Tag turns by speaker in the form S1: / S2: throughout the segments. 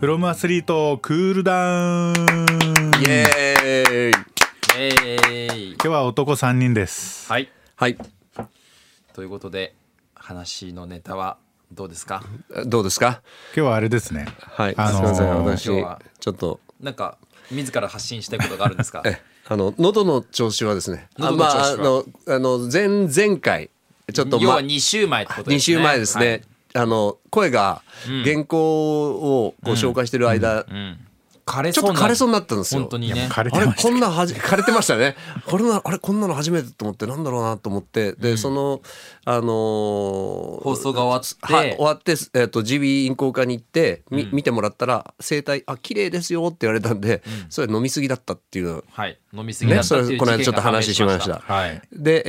S1: フロムアスリートクールダウン
S2: イ
S1: 今
S2: エーイ
S3: えー、
S1: 日は男3人です
S3: はい
S2: はい
S3: ということで話のネタはどうですか
S2: どうですか
S1: 今日はあれですね
S2: はい、
S1: あのー
S2: すみません私
S3: 今日は
S2: ちょっと
S3: なんか自ら発信したいことがあるんですか
S2: えあの喉の調子はですねあ
S3: 喉の調子
S2: ま
S3: は
S2: ああのあの前前回ちょっと、
S3: 要
S2: ま
S3: は、2週前ってこ
S2: 2
S3: とですね
S2: 週前ですね、あの声が原稿をご紹介してる間、
S3: はいうん、枯れ
S2: ち
S3: そ
S2: ょ
S3: う
S2: っと
S3: な
S2: 枯れそうになったんですよ
S3: 本当に
S1: いや
S3: ね
S1: 枯れ
S2: あ
S1: て
S2: れ
S1: ました
S2: こんなはじ枯れてましたね。これなあれこんなの初めてと思ってなんだろうなと思ってで、そのあのー
S3: 放送が終わって
S2: はい終わってえっ、と耳鼻咽喉科に行ってみ、見てもらったら声帯あ綺麗ですよって言われたんで、それ飲みすぎだったっていう
S3: はい飲みすぎだ
S2: ね
S3: った
S2: そ
S3: ってい
S2: れ
S3: う
S2: この間
S3: 事
S2: ちょっと
S3: 件が判明
S2: 話し
S3: し
S2: ま
S3: ま
S2: し。
S3: したた
S1: はい
S2: で、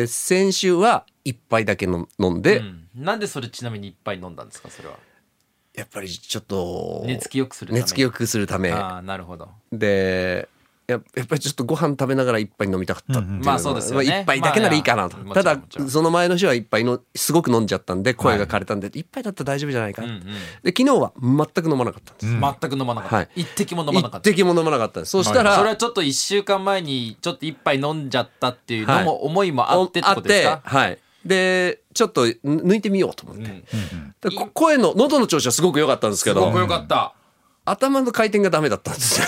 S2: えー先週は一杯だけの飲んで、
S3: うん、なんでそれちなみにいっぱい飲んだんですかそれは
S2: やっぱりちょっと
S3: 寝つきよくするため
S2: 寝つきよくするため
S3: ああなるほど
S2: でややっぱりちょっとご飯食べながら一杯飲みたかったっていうのは、
S3: うんまあそうですよね
S2: まあ一杯だけならいいかなと、
S3: まあいや
S2: ただ
S3: もちろんもちろん
S2: その前の日は一杯のすごく飲んじゃったんで声が枯れたんで、一杯だったら大丈夫じゃないかな、
S3: うんうん
S2: で昨日は全く飲まなかったんです、
S3: 全く飲まなかった、
S2: はい
S3: 一滴も飲まなかった
S2: 一滴も飲まなかったんですそしたら、
S3: それはちょっと1週間前にちょっと一杯飲んじゃったっていうのも思いもあってってことです
S2: あっ
S3: か
S2: て、はいでちょっと抜いてみようと思って、でこ声の喉の調子はすごく良かったんですけ
S3: すごく
S2: ど
S3: よかった
S2: 頭の回転がダメだったんですよ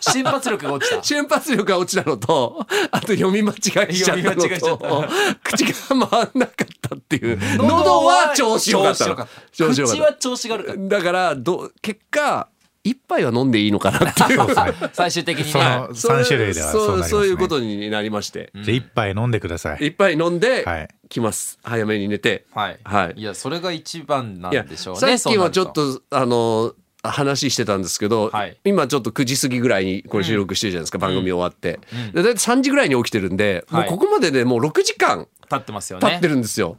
S3: 瞬発力が落ちた
S2: 瞬発力が落ちたのと、あと読み間違えしちゃったの
S3: 読み間違えちゃっ
S2: と、口が回んなかったっていう。 喉
S3: 喉
S2: は調子良かったの。
S3: 調子良かった口
S2: 調
S3: は調子が悪かっ
S2: だから、どう、結果、一杯は飲んでいいのかなっていう。
S3: た最終的に
S1: そ
S3: ね
S1: の三種類ではそうなりますね
S2: そういうことになりまして。
S1: じゃあ一杯飲んでください
S2: 一杯飲んで
S1: はい、
S2: 来ます。早めに寝て。
S3: はい、
S2: はい
S3: やそれが一番なん
S2: いや、
S3: でし
S2: さ
S3: ょう
S2: っ
S3: ね
S2: きはちょっ
S3: そう
S2: と、あの、話してたんですけど、
S3: はい
S2: 今ちょっと9時過ぎぐらいにこれ収録してるじゃないですか、番組終わって、で大体3時ぐらいに起きてるんで、
S3: はい
S2: もうここまででもう6時間
S3: なると立ってますよね
S2: 経ってるんですよ、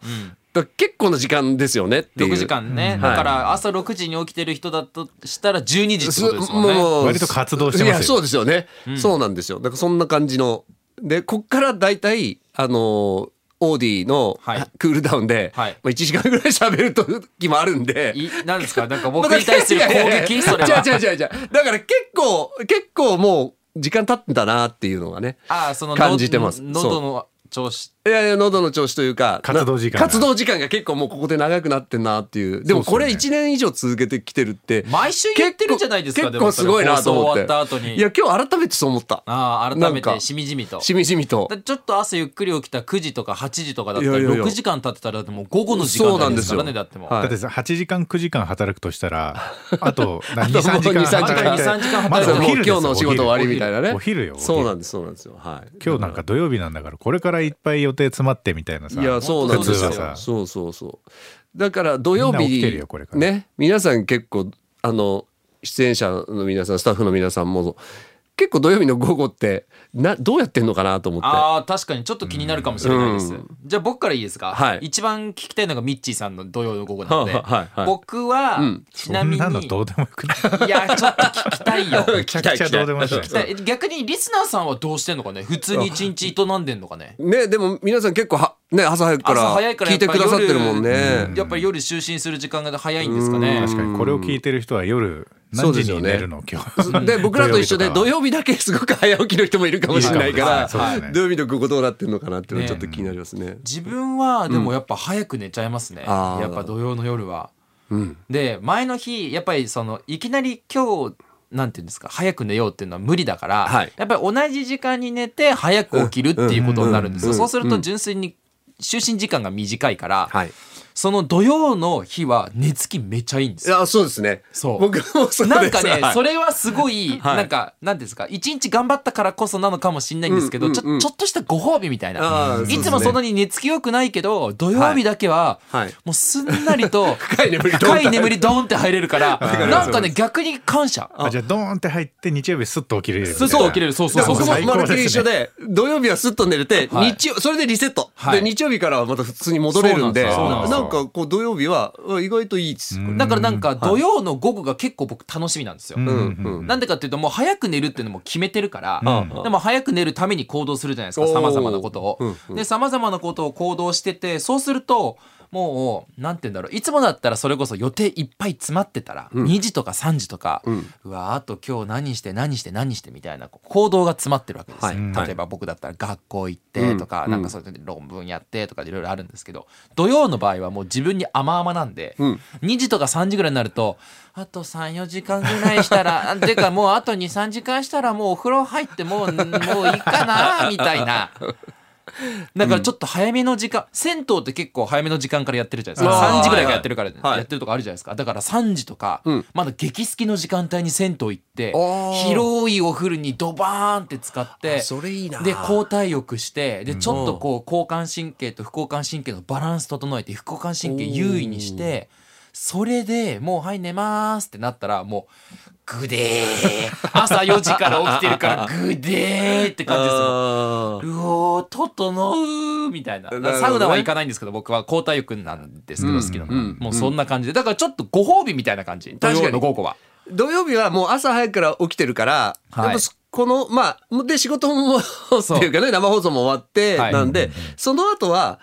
S2: だから結構な時間ですよねっていう
S3: 6時間ね、
S2: はい
S3: だから朝6時に起きてる人だとしたら12時ってことですもんね
S2: もう
S1: 割と活動してますよ
S2: いやそうですよね、そうなんですよだからそんな感じのでこっから大体あのオーディの
S3: はい
S2: クールダウンで、
S3: はい
S2: まあ、1時間ぐらい喋る時もあるんで
S3: いなんですかなんか僕に対する攻撃それ は
S2: 違う違う違う違う。だから結構、結構もう時間経ったなっていうのがね。
S3: ああその
S2: 感じてます
S3: の喉の調子
S2: いやいや、喉の調子というか、
S1: 活動時間
S2: な活動時間が結構もうここで長くなってんなっていう。でもこれ
S1: そうです
S2: 1年以上続けてきてるって。
S3: 毎週言ってるじゃないですか
S2: 結構結構すごいなと思って。
S3: でもそれ放送終わった後に
S2: いや、今日改めてそう思った。
S3: ああ改め
S2: なんか
S3: てしみじみと
S2: しみじみと
S3: だ。ちょっと朝ゆっくり起きた9時とか8時とかだったら
S2: いやいやいや
S3: 6時間経ってたらでも午後の時間帯ですか
S2: そう
S3: ら
S2: なんですよ
S3: ねだってもう
S2: はい
S1: だってさ8時間9時間働くとした らあとな
S2: とも
S1: 23
S2: う
S1: 時間
S2: 2 3
S3: 時間
S1: 働いて
S3: まだ2 3時間働いて
S1: まずお
S2: もう
S1: 昼ですよ
S2: 今日のお仕事終わり
S1: お昼
S2: みたいなね。
S1: お昼よお昼
S2: そうなんです、そうなんですよ。はい。
S1: 今日なんか土曜日なんだからこれからいっぱい予定詰まってみたいなさ
S2: いやそうなんです
S1: 普
S2: よ
S1: 通はさ
S2: そうそうそうだから土曜
S1: みんな起きて
S2: 日
S1: るよこれから
S2: ね皆さん結構あの出演者の皆さんスタッフの皆さんも結構土曜日の午後ってなどうやってんのかなと思って
S3: ああ確かにちょっと気になるかもしれないです、
S2: うん
S3: じゃあ僕からいいですか、
S2: はい
S3: 一番聞きたいのがミッチーさんの土曜の午後なの で、
S2: はいはいはい
S3: 僕は、
S2: ん
S3: ちな
S1: そん
S3: み
S1: なの
S3: に
S1: どうでもよ くない
S3: いやちょっと聞きたいよ
S1: めちゃくちゃどうでもよくない
S3: え逆にリスナーさんはどうしてんのかね普通に一日営んでんのかね
S2: ねでも皆さん結構はね朝早くか
S3: 朝
S2: ら
S3: 早いから
S2: 聞
S3: や
S2: い
S3: っぱ
S2: て
S3: 夜
S2: くださってるもんね
S3: やっぱり夜就寝する時間が早いんですかね
S1: 確かにこれを聞いてる人は夜
S2: そ
S1: 何
S2: うで
S1: 時
S2: すよ
S1: に
S2: ね
S1: 寝るの今日
S2: で僕らと一緒で
S1: 土
S2: 土
S1: 曜
S2: 曜日だけすごく早起きの人もいるかもしれないから
S1: いるかもねそうですね
S2: 土曜日の午後どうなってんのかなっていうのはちょっと気になりますね。
S3: 自分はでもやっぱ早く寝ちゃいますね、
S2: あー
S3: やっぱ土曜の夜は。で前の日やっぱりそのいきなり今日なんていうんですか早く寝ようっていうのは無理だから、
S2: はい
S3: やっぱり同じ時間に寝て早く起きるっていうことになるんです
S2: うん
S3: よ。
S2: うん
S3: そうすると純粋に就寝時間が短いから、
S2: はい
S3: その土曜の日は寝つきめちゃいいんです
S2: い
S3: よ。
S2: やそうですね。
S3: そう
S2: 僕もそうです。
S3: なんかね、
S2: はい
S3: それはすごい、
S2: はい
S3: なんか、なんていうんですか、一日頑張ったからこそなのかもしれないんですけど、
S2: うんうんうん
S3: ちょ、ちょっとしたご褒美みたい
S2: あ
S3: な。
S2: ー
S3: いつもそんなに寝つきよくないけど、土曜日だけは、
S2: はいはい
S3: もうすんなり と、
S2: 深い眠りドーン
S3: 深い眠りドーンって入れるから、なんかね、逆に感謝。
S1: あじゃあドーンって入って日曜日スッと起きれるみたい
S3: す
S1: な
S3: っと起きれる、そうそうそう
S2: 僕
S3: そう
S2: も
S1: 最高
S2: ま
S1: で
S2: る
S1: すね
S2: で一緒で、土曜日はスッと寝れて、
S3: はい
S2: 日曜、それでリセット。
S3: はい
S2: で、日曜日からはまた普通に戻れるんで、
S3: そう
S1: なんで
S2: なん
S1: すよ
S2: かこう土曜日はうん意外といいです。
S3: だからなんか、土曜の午後が結構僕楽しみなんですよ。
S2: うんん
S3: なんでかっていうと、もう早く寝るっていうのも決めてるから、
S2: うん
S3: でも早く寝るために行動するじゃないですか、
S2: おー
S3: さまざまなことを。
S2: うんうん
S3: で、さまざまなことを行動してて、そうすると、もうなんて言うんだろういつもだったらそれこそ予定いっぱい詰まってたら、
S2: うん
S3: 2時とか3時とか、
S2: うん
S3: うわあと今日何して何して何してみたいなこう行動が詰まってるわけですよ、
S1: はい
S3: 例えば僕だったら学校行ってとか、
S2: うん
S3: なんかそういう論文やってとかいろいろあるんですけど土曜の場合はもう自分に甘々なんで、
S2: うん
S3: 2時とか3時ぐらいになるとあと34時間ぐらいした らあてかもうあと23時間したらもうお風呂入ってもうもういいかなみたいな。だからちょっと早めの時間、銭湯って結構早めの時間からやってるじゃないです
S2: あ
S3: か
S2: ー
S3: 3時ぐらいからやってるから、
S2: はい
S3: やってるとかあるじゃないですかだから3時とか、
S2: うん
S3: まだ激好きの時間帯に銭湯行って
S2: あー
S3: 広いお風呂にドバーンって使って
S2: それいいな
S3: で交代浴してでちょっとこう交感神経と副交感神経のバランス整えて副交感神経優位にしてそれでもう「はい寝ます」ってなったらもうグデー朝4時から起きてるからグデーって感じですよ。
S2: あー
S3: うおー整うみたいな
S2: なるほどね
S3: サウナは行かないんですけど僕は交代浴なんですけど
S1: う
S3: 好
S1: ん
S3: きなの、
S2: うん
S3: もうそんな感じでだからちょっとご褒美みたいな感じ
S2: 確かに
S3: 土曜の午後は
S2: 土曜日はもう朝早くから起きてるから、
S3: はい
S2: やっぱこのまあで仕事もっていうかね生放送も終わって、
S3: はい
S2: なんでその後は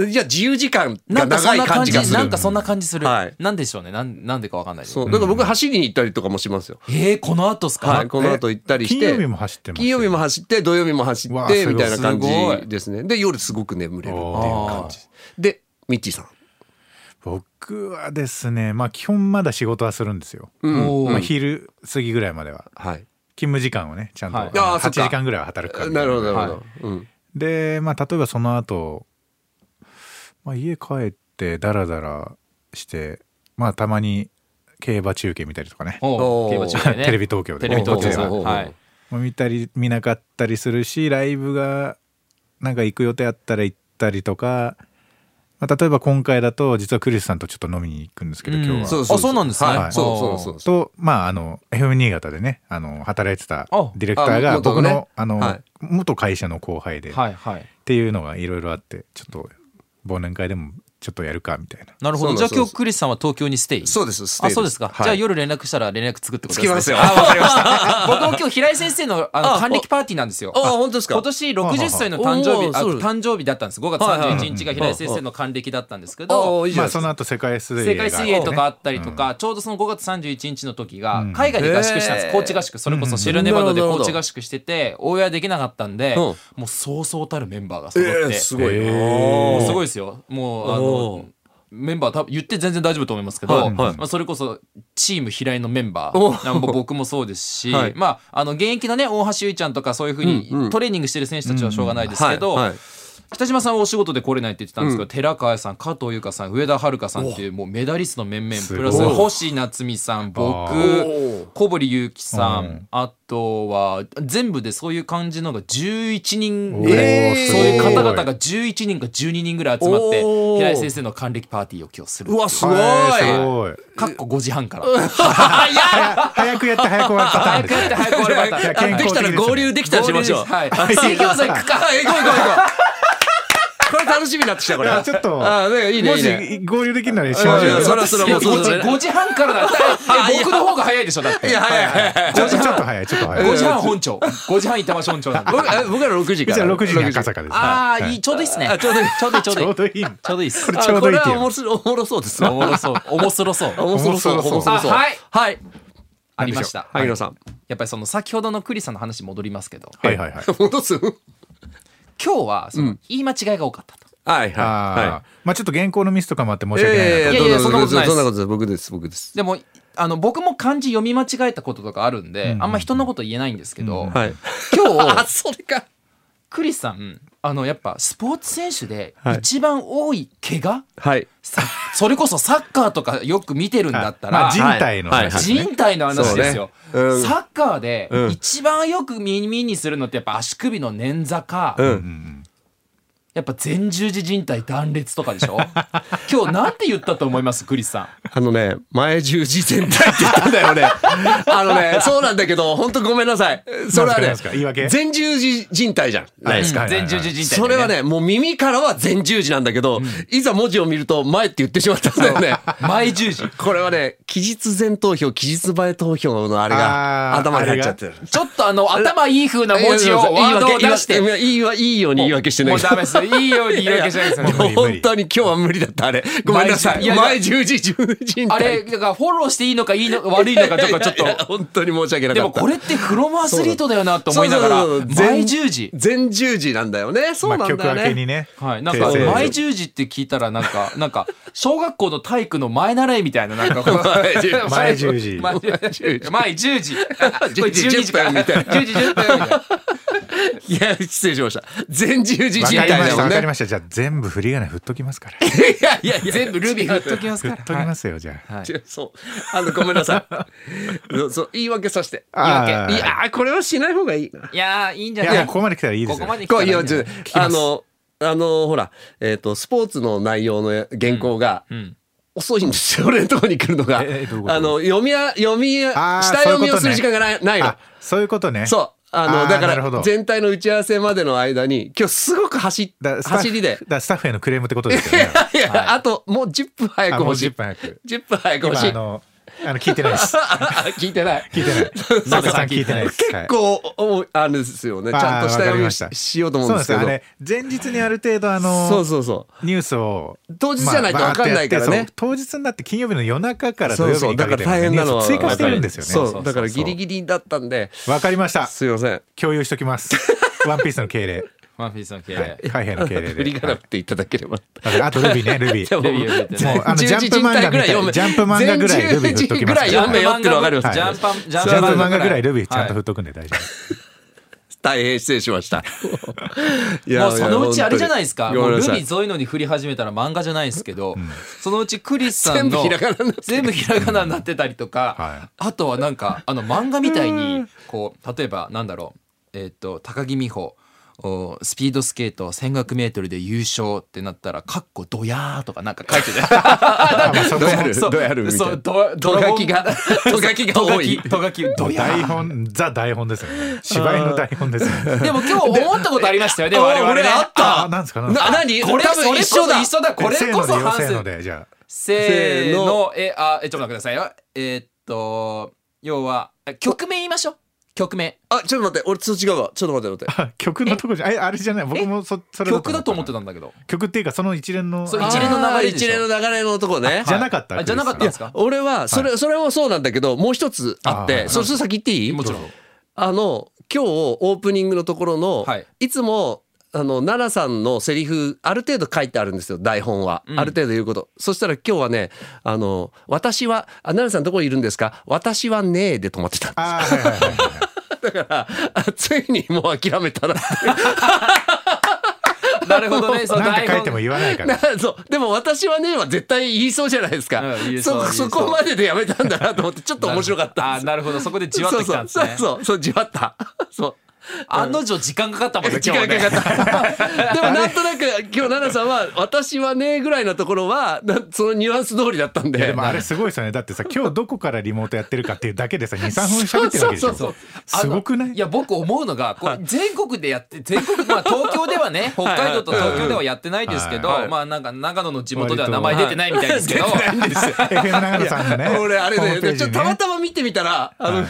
S2: いや自由時間が長い感じがす
S3: な
S2: る
S3: んかそんな感じする、
S2: はい
S3: なんでしょうねなんなんでかわかんないです
S2: そうだから僕走りに行ったりとかもしますよ、
S3: えー、この後っすか、
S2: はい、この後行ったりし
S1: 金
S2: て
S1: 曜日も走ってます
S2: 金曜日も走って土曜日も走
S1: わ
S2: っ
S1: あす
S2: て
S1: ごい
S2: みたいな感
S3: すご
S2: じ
S3: い
S2: ですねで夜すごく眠れるっていう感じでミッチーさん
S1: 僕はですねまあ基本まだ仕事はするんですよ、
S3: おー
S1: まあ、昼過ぎぐらいまでは
S2: はい
S1: 勤務時間をねちゃんと
S3: はい
S2: あ
S1: 8
S2: ーそっか
S1: 時間ぐらいは働くから
S2: なるほどなるほど、
S3: は
S2: うん
S1: でまあ例えばその後、まあ家帰ってダラダラしてまあたまに競馬中継見たりとかね
S2: お
S3: おう
S2: ー
S3: 競馬中継ね
S1: テレビ東京で
S3: テレビ東京さ
S2: おうおうお
S3: ん
S2: う
S3: はい
S1: まあ見たり見なかったりするしライブがなんか行く予定あったら行ったりとか、まあ、例えば今回だと実はクリスさんとちょっと飲みに行くんですけど、
S3: うん
S1: 今日は。
S3: そうあなんですね
S2: はい
S1: はい
S2: そうそうそうそう
S1: とまああの FM 新潟でねあの働いてた
S3: あ
S1: ディレクター
S2: あ
S1: が
S2: 元
S1: 僕
S2: のね
S1: のあの、
S2: はい
S1: 元会社の後輩で、っ
S3: はいはい
S1: ていうのがいろいろあってちょっと忘年会でもちょっとやるかみたいな。
S3: なるほ
S2: そうな
S3: ど
S2: ん
S3: じゃあ
S2: そう
S3: 今
S2: で
S3: 日
S2: す
S3: クリスさんは東京にステイ
S2: そうですステイ
S3: あそうですか、
S2: はい
S3: じゃあ夜連絡したら連絡つくってこと
S2: つ
S3: です
S2: き
S3: ね
S2: ますよ
S3: あわかりま した 僕も今日平井先生のあの
S2: あ
S3: 還暦パーティーなんですよ
S2: あ本当ですか
S3: 今年60歳の誕生
S2: お
S3: 日
S2: ー
S3: あ
S2: そう
S3: 誕生日だったんです5月
S2: はいはいはい
S3: 31日が平井先生の還暦だったんですけ
S2: あ
S3: ど
S2: あいいじゃ
S1: まあ
S2: ないです
S1: そ
S2: か
S1: の後世界水泳
S3: 世
S1: があっ
S3: 界
S1: て
S3: 水泳とかあったり
S1: ね
S3: と
S1: うん
S3: か、ちょうどその5月31日の時が海外で合宿したんです、
S2: へー
S3: 高知合宿それこそシェルネバダで
S2: なるほど
S3: 高知合宿しててオンエアできなかったんで、
S2: うん
S3: もうそうそうたるメンバーが
S2: え
S3: 揃って、
S2: ーすごいな、
S1: え
S3: もう
S1: ー
S3: すご
S2: い
S3: いですよもう
S2: お
S3: あの
S2: ー
S3: メンバー多分言って全然大丈夫と思いますけど、
S2: はいはい
S3: まあ、それこそチーム平井のメンバ
S2: お
S3: ーなんぼ僕もそうですし、
S2: はい
S3: まあ、あの現役のね大橋悠依ちゃんとかそういうふうに
S2: うんうん
S3: トレーニングしてる選手たちはしょうがないですけど、
S2: はいはい
S3: 北島さんはお仕事で来れないって言ってたんですけど、寺川さん加藤優香さん上田遥さんっていうもうメダリストの面々
S1: す
S3: プ
S1: ごい
S3: ラス星夏美さん
S1: あ
S3: 僕
S2: ー
S3: 小堀優樹さん、
S1: うん
S3: あとは全部でそういう感じのが11人
S1: お
S3: ぐらい、
S2: えー
S3: そういう方々が11人か12人ぐらい集まって
S2: おー
S3: 平井先生の還暦パーティーを今日する
S2: うわすごい、
S1: はいすごい
S3: かっこ5時半から
S1: 早早くやって早く終わるパターン
S3: 早
S1: で
S3: く
S1: すね
S3: やって早く終わるパターン
S1: いや健康
S2: できたら合流できたらしましょう。
S3: はい 水餃子行くか
S2: はい、行こう行こう行こう。これ楽しみになってきた、こ れ。
S1: あちょっと
S2: あ、ね、いいね、いいね。
S1: もし合流できるならしましょう
S2: い
S1: よ
S2: やそれはそれはもう
S3: いや5時
S2: そうだね
S3: 5時半からだったらえ僕の方が早いでしょだって
S2: いや、早い早い。
S1: ちょっとちょっと早いちょっと早い
S3: 5時半本庁5時半板橋本庁なんで
S2: 僕え僕ら6時
S1: う
S2: か
S1: ち
S2: ら。
S1: は6時に赤坂です
S3: ああ、
S1: はい
S3: い、ちょうどいいっすね。
S2: あちょうどいい
S3: ちょうどいい、ちょう
S1: ち
S3: どい
S1: ょ
S3: い。
S1: うどいいん
S3: ちょうどいいっ
S1: ちょ
S3: す。
S1: うどいいっ
S2: あ
S1: て
S2: こ
S1: や
S2: れ
S1: ん
S2: はおもろおもろそうです
S3: お
S2: わ。
S3: もろそう、おもそろそう。
S2: おもろそうそう、お
S1: お
S2: も
S1: もろ
S2: ろそう。
S1: そう
S3: あはい
S2: い。
S3: ありました。
S2: 萩野さん。
S3: やっぱりその先ほどのクリさんの話戻りますけど、
S1: はいはいはい
S2: 戻すはい
S3: 今日はその言い間違いが多かったと。
S2: はい。は
S1: ああまあちょっと原稿のミスとかもあって申
S2: い。
S1: し訳ないなと
S3: いやいやそんなことないで
S2: そ
S3: す
S2: んなことです。僕です、僕です。
S3: でも、あの、僕も漢字読み間違えたこととかあるんで、あんま人のこと言えないんですけど、
S2: はい。
S3: 今
S2: あ、
S3: 日、
S2: それか。
S3: クリさん、あの、やっぱスポーツ選手で
S2: はい
S3: 一番多い怪我
S2: はい。
S3: さそれこそサッカーとかよく見てるんだったら、
S1: まあ人体の
S2: はいはい
S1: 話
S3: 人体の話ですよ、
S2: そうねうん
S3: サッカーで
S2: うん
S3: 一番よく耳にするのってやっぱ足首の捻挫か、
S2: う。
S1: うんん
S3: やっぱ前十字靭帯断裂とか でしょ今日なんて言ったと思いますクリスさん
S2: あのね、前十字全体って言ったんだよね。 あのね、そうなんだけど、本当ごめんなさい。それは
S1: なん
S2: ね
S1: ですかなんですか言い、訳
S2: 前十字靭帯じゃないですか。
S1: はいはいは
S3: 前
S1: い
S3: 十字靭帯、
S2: それはね、もう耳からは前十字なんだけど、いざ文字を見ると前って言ってしまったんだよね。
S3: 前十字
S2: これはね、期日前投票、期日前投票のあれが
S1: あー
S2: 頭に入っちゃってる。
S3: ちょっとあの頭いい風な文字を
S2: いやいや
S3: ワードを出して
S2: いやいやいやいいよいいように言い訳してない
S3: もうダメですいいように言い訳しないですよね
S1: いやいや
S2: もう本当に今日は無理だったあれごめんなさい
S3: いやいや
S2: 前10時10時に
S3: あれだからフォローしていいのかいいの悪いのかとかちょ っ
S2: いやいや
S3: と
S2: 本当に申し訳な
S3: で
S2: か
S3: も
S2: った
S3: これってフロムアスリートだよなと思いながら
S2: そうそうそうそう
S3: 毎10時
S2: 全10時なんだよねそう
S1: ま
S2: な
S1: あ
S2: ん
S1: 曲
S2: だよ
S1: 明け
S2: ね
S1: にね。
S3: はい、なんか
S1: 訂正
S3: 前10時って聞いたらなんか なんか小学校の体育の前習いみたいななんか
S2: 前10
S1: 前10時
S3: 前10時前10時
S2: 10時10分みたいな
S3: 10時10分 みたいない
S2: や失礼しました全10時
S1: わ
S2: 時
S1: かり
S2: 帯
S1: ま
S2: だ
S1: した、わ
S2: もん
S1: か
S2: ね
S1: りました。じゃあ全部振り仮名振っときますから。
S2: いやいやいや
S3: 全部ルビー振っときます
S1: 振
S3: か
S1: っとき
S3: ら
S1: ますよ、じゃあ。
S3: はい
S2: 違うそうあのごめんなさ いそうそう言い訳させて言い
S1: あー
S2: 訳いやーこれはしない方がいいない
S3: やーいいんじゃ
S1: い
S3: な
S1: や、
S3: い
S1: ここまで来たらいいです
S3: ここ
S1: よ
S3: ま。で来
S2: こ
S3: た
S2: う
S3: らいい
S2: いや
S3: んじゃない
S1: き
S2: あ
S1: ます
S2: のあのほらえっ、とスポーツの内容の原稿が
S3: うん
S2: 遅いんですよ、俺のとこに来るのが、
S1: ええどういうこと
S2: あの読みや読みや
S1: あー
S2: 下
S1: そういう
S2: 読
S1: こと
S2: みをする時間がない,、ないの
S1: あ、そういうことね。
S2: そうあ
S1: あ
S2: の
S1: ー
S2: だか
S1: なるほ
S2: ら
S1: ど
S2: 全体の打ち合わせまでの間に今日すごく走っ
S1: だスタッフ
S2: 走りで
S1: だからスタッフへのクレームってことですよね。
S2: い や、あともう10分早
S1: あ
S2: く
S1: もう
S2: 欲しい
S1: 10分早く。
S2: 10分早く欲
S1: 今
S2: しい
S1: あのあの聞いてない です。
S2: 聞いてない
S1: 聞いてない。 中田さん聞いてないです。
S2: 結構、おあるんですよねち
S1: あー
S2: ゃんと下
S1: わ
S2: 読
S1: かり
S2: み
S1: ま
S2: し
S1: した
S2: しようと
S1: はい、
S2: 思
S1: そ
S2: うん
S1: うなん
S2: で
S1: ですすよ。
S2: けど
S1: あれ前日にある程度あの
S2: そうそうそ
S1: ニュースを
S2: 当日じゃないと分かんないからね
S1: まあバーッとやってそう当日になって金曜日の夜中か
S2: う
S1: ら土
S2: そう
S1: 曜日
S2: そう
S1: に
S2: だ
S1: か
S2: か
S1: け
S2: ら
S1: て
S2: 大変なのは
S1: 追加してるんですよね。
S2: そう
S1: そう
S2: だからギリギリだったんで
S1: わかりました。
S2: すいません
S1: 共有しとき ます。ワンピースの敬礼。
S3: ワンピースの経
S1: は
S3: 営
S1: い。海兵の敬礼
S2: 振り
S1: で。
S2: が
S1: は
S2: ないくていただければ
S1: だからあとルビーね、ルビー。
S2: で
S1: も
S2: も
S3: レビュー出てね
S1: うあのジャンプ漫画みたいジャンプ漫画ぐらいルビー振っときますから。
S2: 全10時ぐらい読めよっての分かるよ
S1: はい
S3: ジャンパン、ジャ
S1: ジ
S3: ン
S1: ャンプ
S3: パン
S1: 漫画ぐらいルビーちゃんと振
S3: は
S1: っとくんで大丈夫。
S2: 大変失礼しました い
S3: もうそのうちあれじゃないですか。も
S2: ご
S3: う
S2: めん
S3: ルビ
S2: なさい
S3: ーそういうのに振り始めたら漫画じゃないですけど、そのうちクリスさ
S2: 全
S3: ん
S2: 部
S3: の
S2: ひらがなになって
S3: 全部ひらがなになってたりと
S1: は
S3: か、あとはなんかあの漫画みたいにこう例えばなんだろう、えっと高木美帆。おスピードスケート 1500m で優勝ってなったら「かっこドヤー」とかなんか書い てて
S1: あまあそこ
S2: どうやる
S3: そう
S2: どうやるみたい
S3: そ
S2: な
S3: うドド
S2: と
S3: ラ
S2: が
S3: ゴン
S2: き がとがきが
S3: と
S2: 多
S3: が
S2: い
S3: きとがきドヤー
S1: 台本、ザ台本ですよね。芝居の台本ですよね。
S3: でも今日思ったことありましたよね 我々ね
S2: あ俺あった
S1: あなんですかなんです
S2: な
S1: か
S2: 何
S3: これ
S2: 多分一緒だ
S3: それこそ一緒だこれこそ反
S1: せーの
S3: 省
S1: でよせーのでじゃあ
S3: せー
S2: せー
S3: の
S2: の、
S3: え、あ、え、ちょっと待ってくださいよ。えーっと、要は、あ曲名言いましょう。曲名。
S2: あちょっと待って俺そっち側ちょっと待って待っ
S1: あ
S2: て
S1: 曲のとこじゃあれあれじゃない僕もそそれ
S3: 曲だと思っ
S1: た
S3: てたんだけど。
S1: 曲っていうかその一連の
S3: そ う
S1: あ
S3: 一連の流れでし
S2: 一
S3: ょ
S2: 連の流れのとこね
S1: じゃなかった
S3: あじゃなかったん
S1: ク
S3: で
S1: リ
S3: す
S1: ス
S3: か
S2: 俺はそれ、それもそうなんだけどもう一つあっ
S1: あ
S2: て
S1: ー
S2: それそれ先言っていい
S3: もちろん。
S2: あの今日オープニングのところの、
S3: はい
S2: い、つもあの奈々さんのセリフある程度書いてあるんですよ台本は、
S3: うん
S2: ある程度言うことそしたら今日はね「あの私はあ奈々さんどこにいるんですか私はねえ」で止まってた
S1: あーはいはいはいはい
S2: だからあついにもう諦めたら
S3: なるほどね。その
S1: なん
S3: 台
S1: か書いても
S3: 本。
S1: 言わないか
S2: な
S1: ら
S2: そうでも「私はねえ」は絶対言いそうじゃないですか、
S3: うん言いそう
S2: そ
S3: 言いそう
S2: そこまででやめたんだなと思ってちょっと面白かった
S3: あー、なるほど。そこでじわっときたんです
S2: そ
S3: ね
S2: う。そうそうそうじわった そう
S3: 案の定時間かかったもんね、
S2: 時
S3: 今日
S2: 間か
S3: ね。
S2: か った。でもなんとなく今日奈々さんは私はねぐらいのところはなそのニュアンス通りだったんで。
S1: でもあれすごいですよねだってさ今日どこからリモートやってるかっていうだけでさ23分喋ってるわけでし
S2: そうそう
S1: ょ すごくない
S3: いや僕思うのがこれ全国でやって全国まあ東京で はね北海道と東京ではやってないですけど、
S2: はいはい
S3: まあなんか長野の地元では名 前出てないみたいですけど、
S1: FM 長野さんのね
S2: 俺あれ
S1: ホームペー
S2: ねち
S1: ジ
S2: ょっ
S1: に
S2: とたま
S1: ね
S2: たま見てみたらあの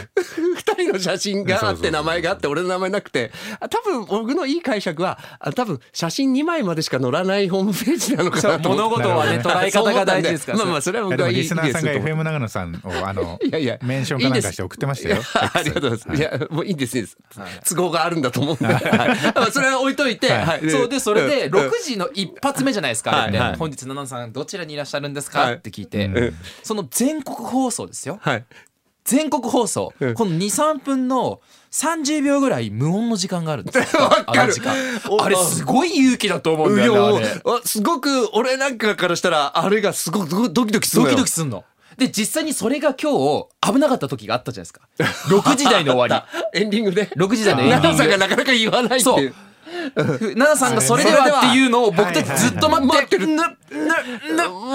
S2: 二人の写真があっ
S1: そうそうそうそ
S2: て
S1: う
S2: 名前があって俺の名前なくてあ多分僕のいい解釈はあ多分写真2枚までしか載らないホームページなのかなと
S3: 物
S2: 思って。
S3: 事はね
S1: な るほど
S3: 捉え方が大事ですから。
S2: そう思ったんまあまあそれは
S1: や
S2: い僕
S1: でも
S2: はいい
S1: リスナーさんが
S2: いいですと思
S1: FM 長野さんをあの
S2: いやいや
S1: メンションかなんかして送ってましたよ
S2: いやありがとうございます。いや、もういいです、いいです。都合があるんだと思うんで。はい まあそれは置いといて、
S1: はい
S2: はい
S3: そうでそれで
S2: うんうん
S3: 6時の一発目じゃないですか、あれって
S2: はいはい
S3: 本日奈々さんどちらにいらっしゃるんです
S2: は
S3: か
S2: い
S3: って聞いて、
S1: うん
S3: その全国放送ですよ
S2: はい。
S3: 全国放送、
S2: うん
S3: この23分の30秒ぐらい無音の時間があるんですよ
S2: わかる
S3: あの時間あれすごい勇気だと思うん
S2: い
S3: だ
S2: や
S3: よ
S2: もう
S3: ねあれ
S2: あすごく俺なんかからしたらあれがすごくドドキドキする
S3: ドキドキすんので実際にそれが今日危なかった時があったじゃないですか6時台の終 わ
S2: エンディングで
S3: り6時台のエンディング
S2: 奈々さんがなかなか言わないって
S3: そ
S2: いうう。
S3: 奈々さんがそれではっていうのを僕たちずっと待ってる。
S2: も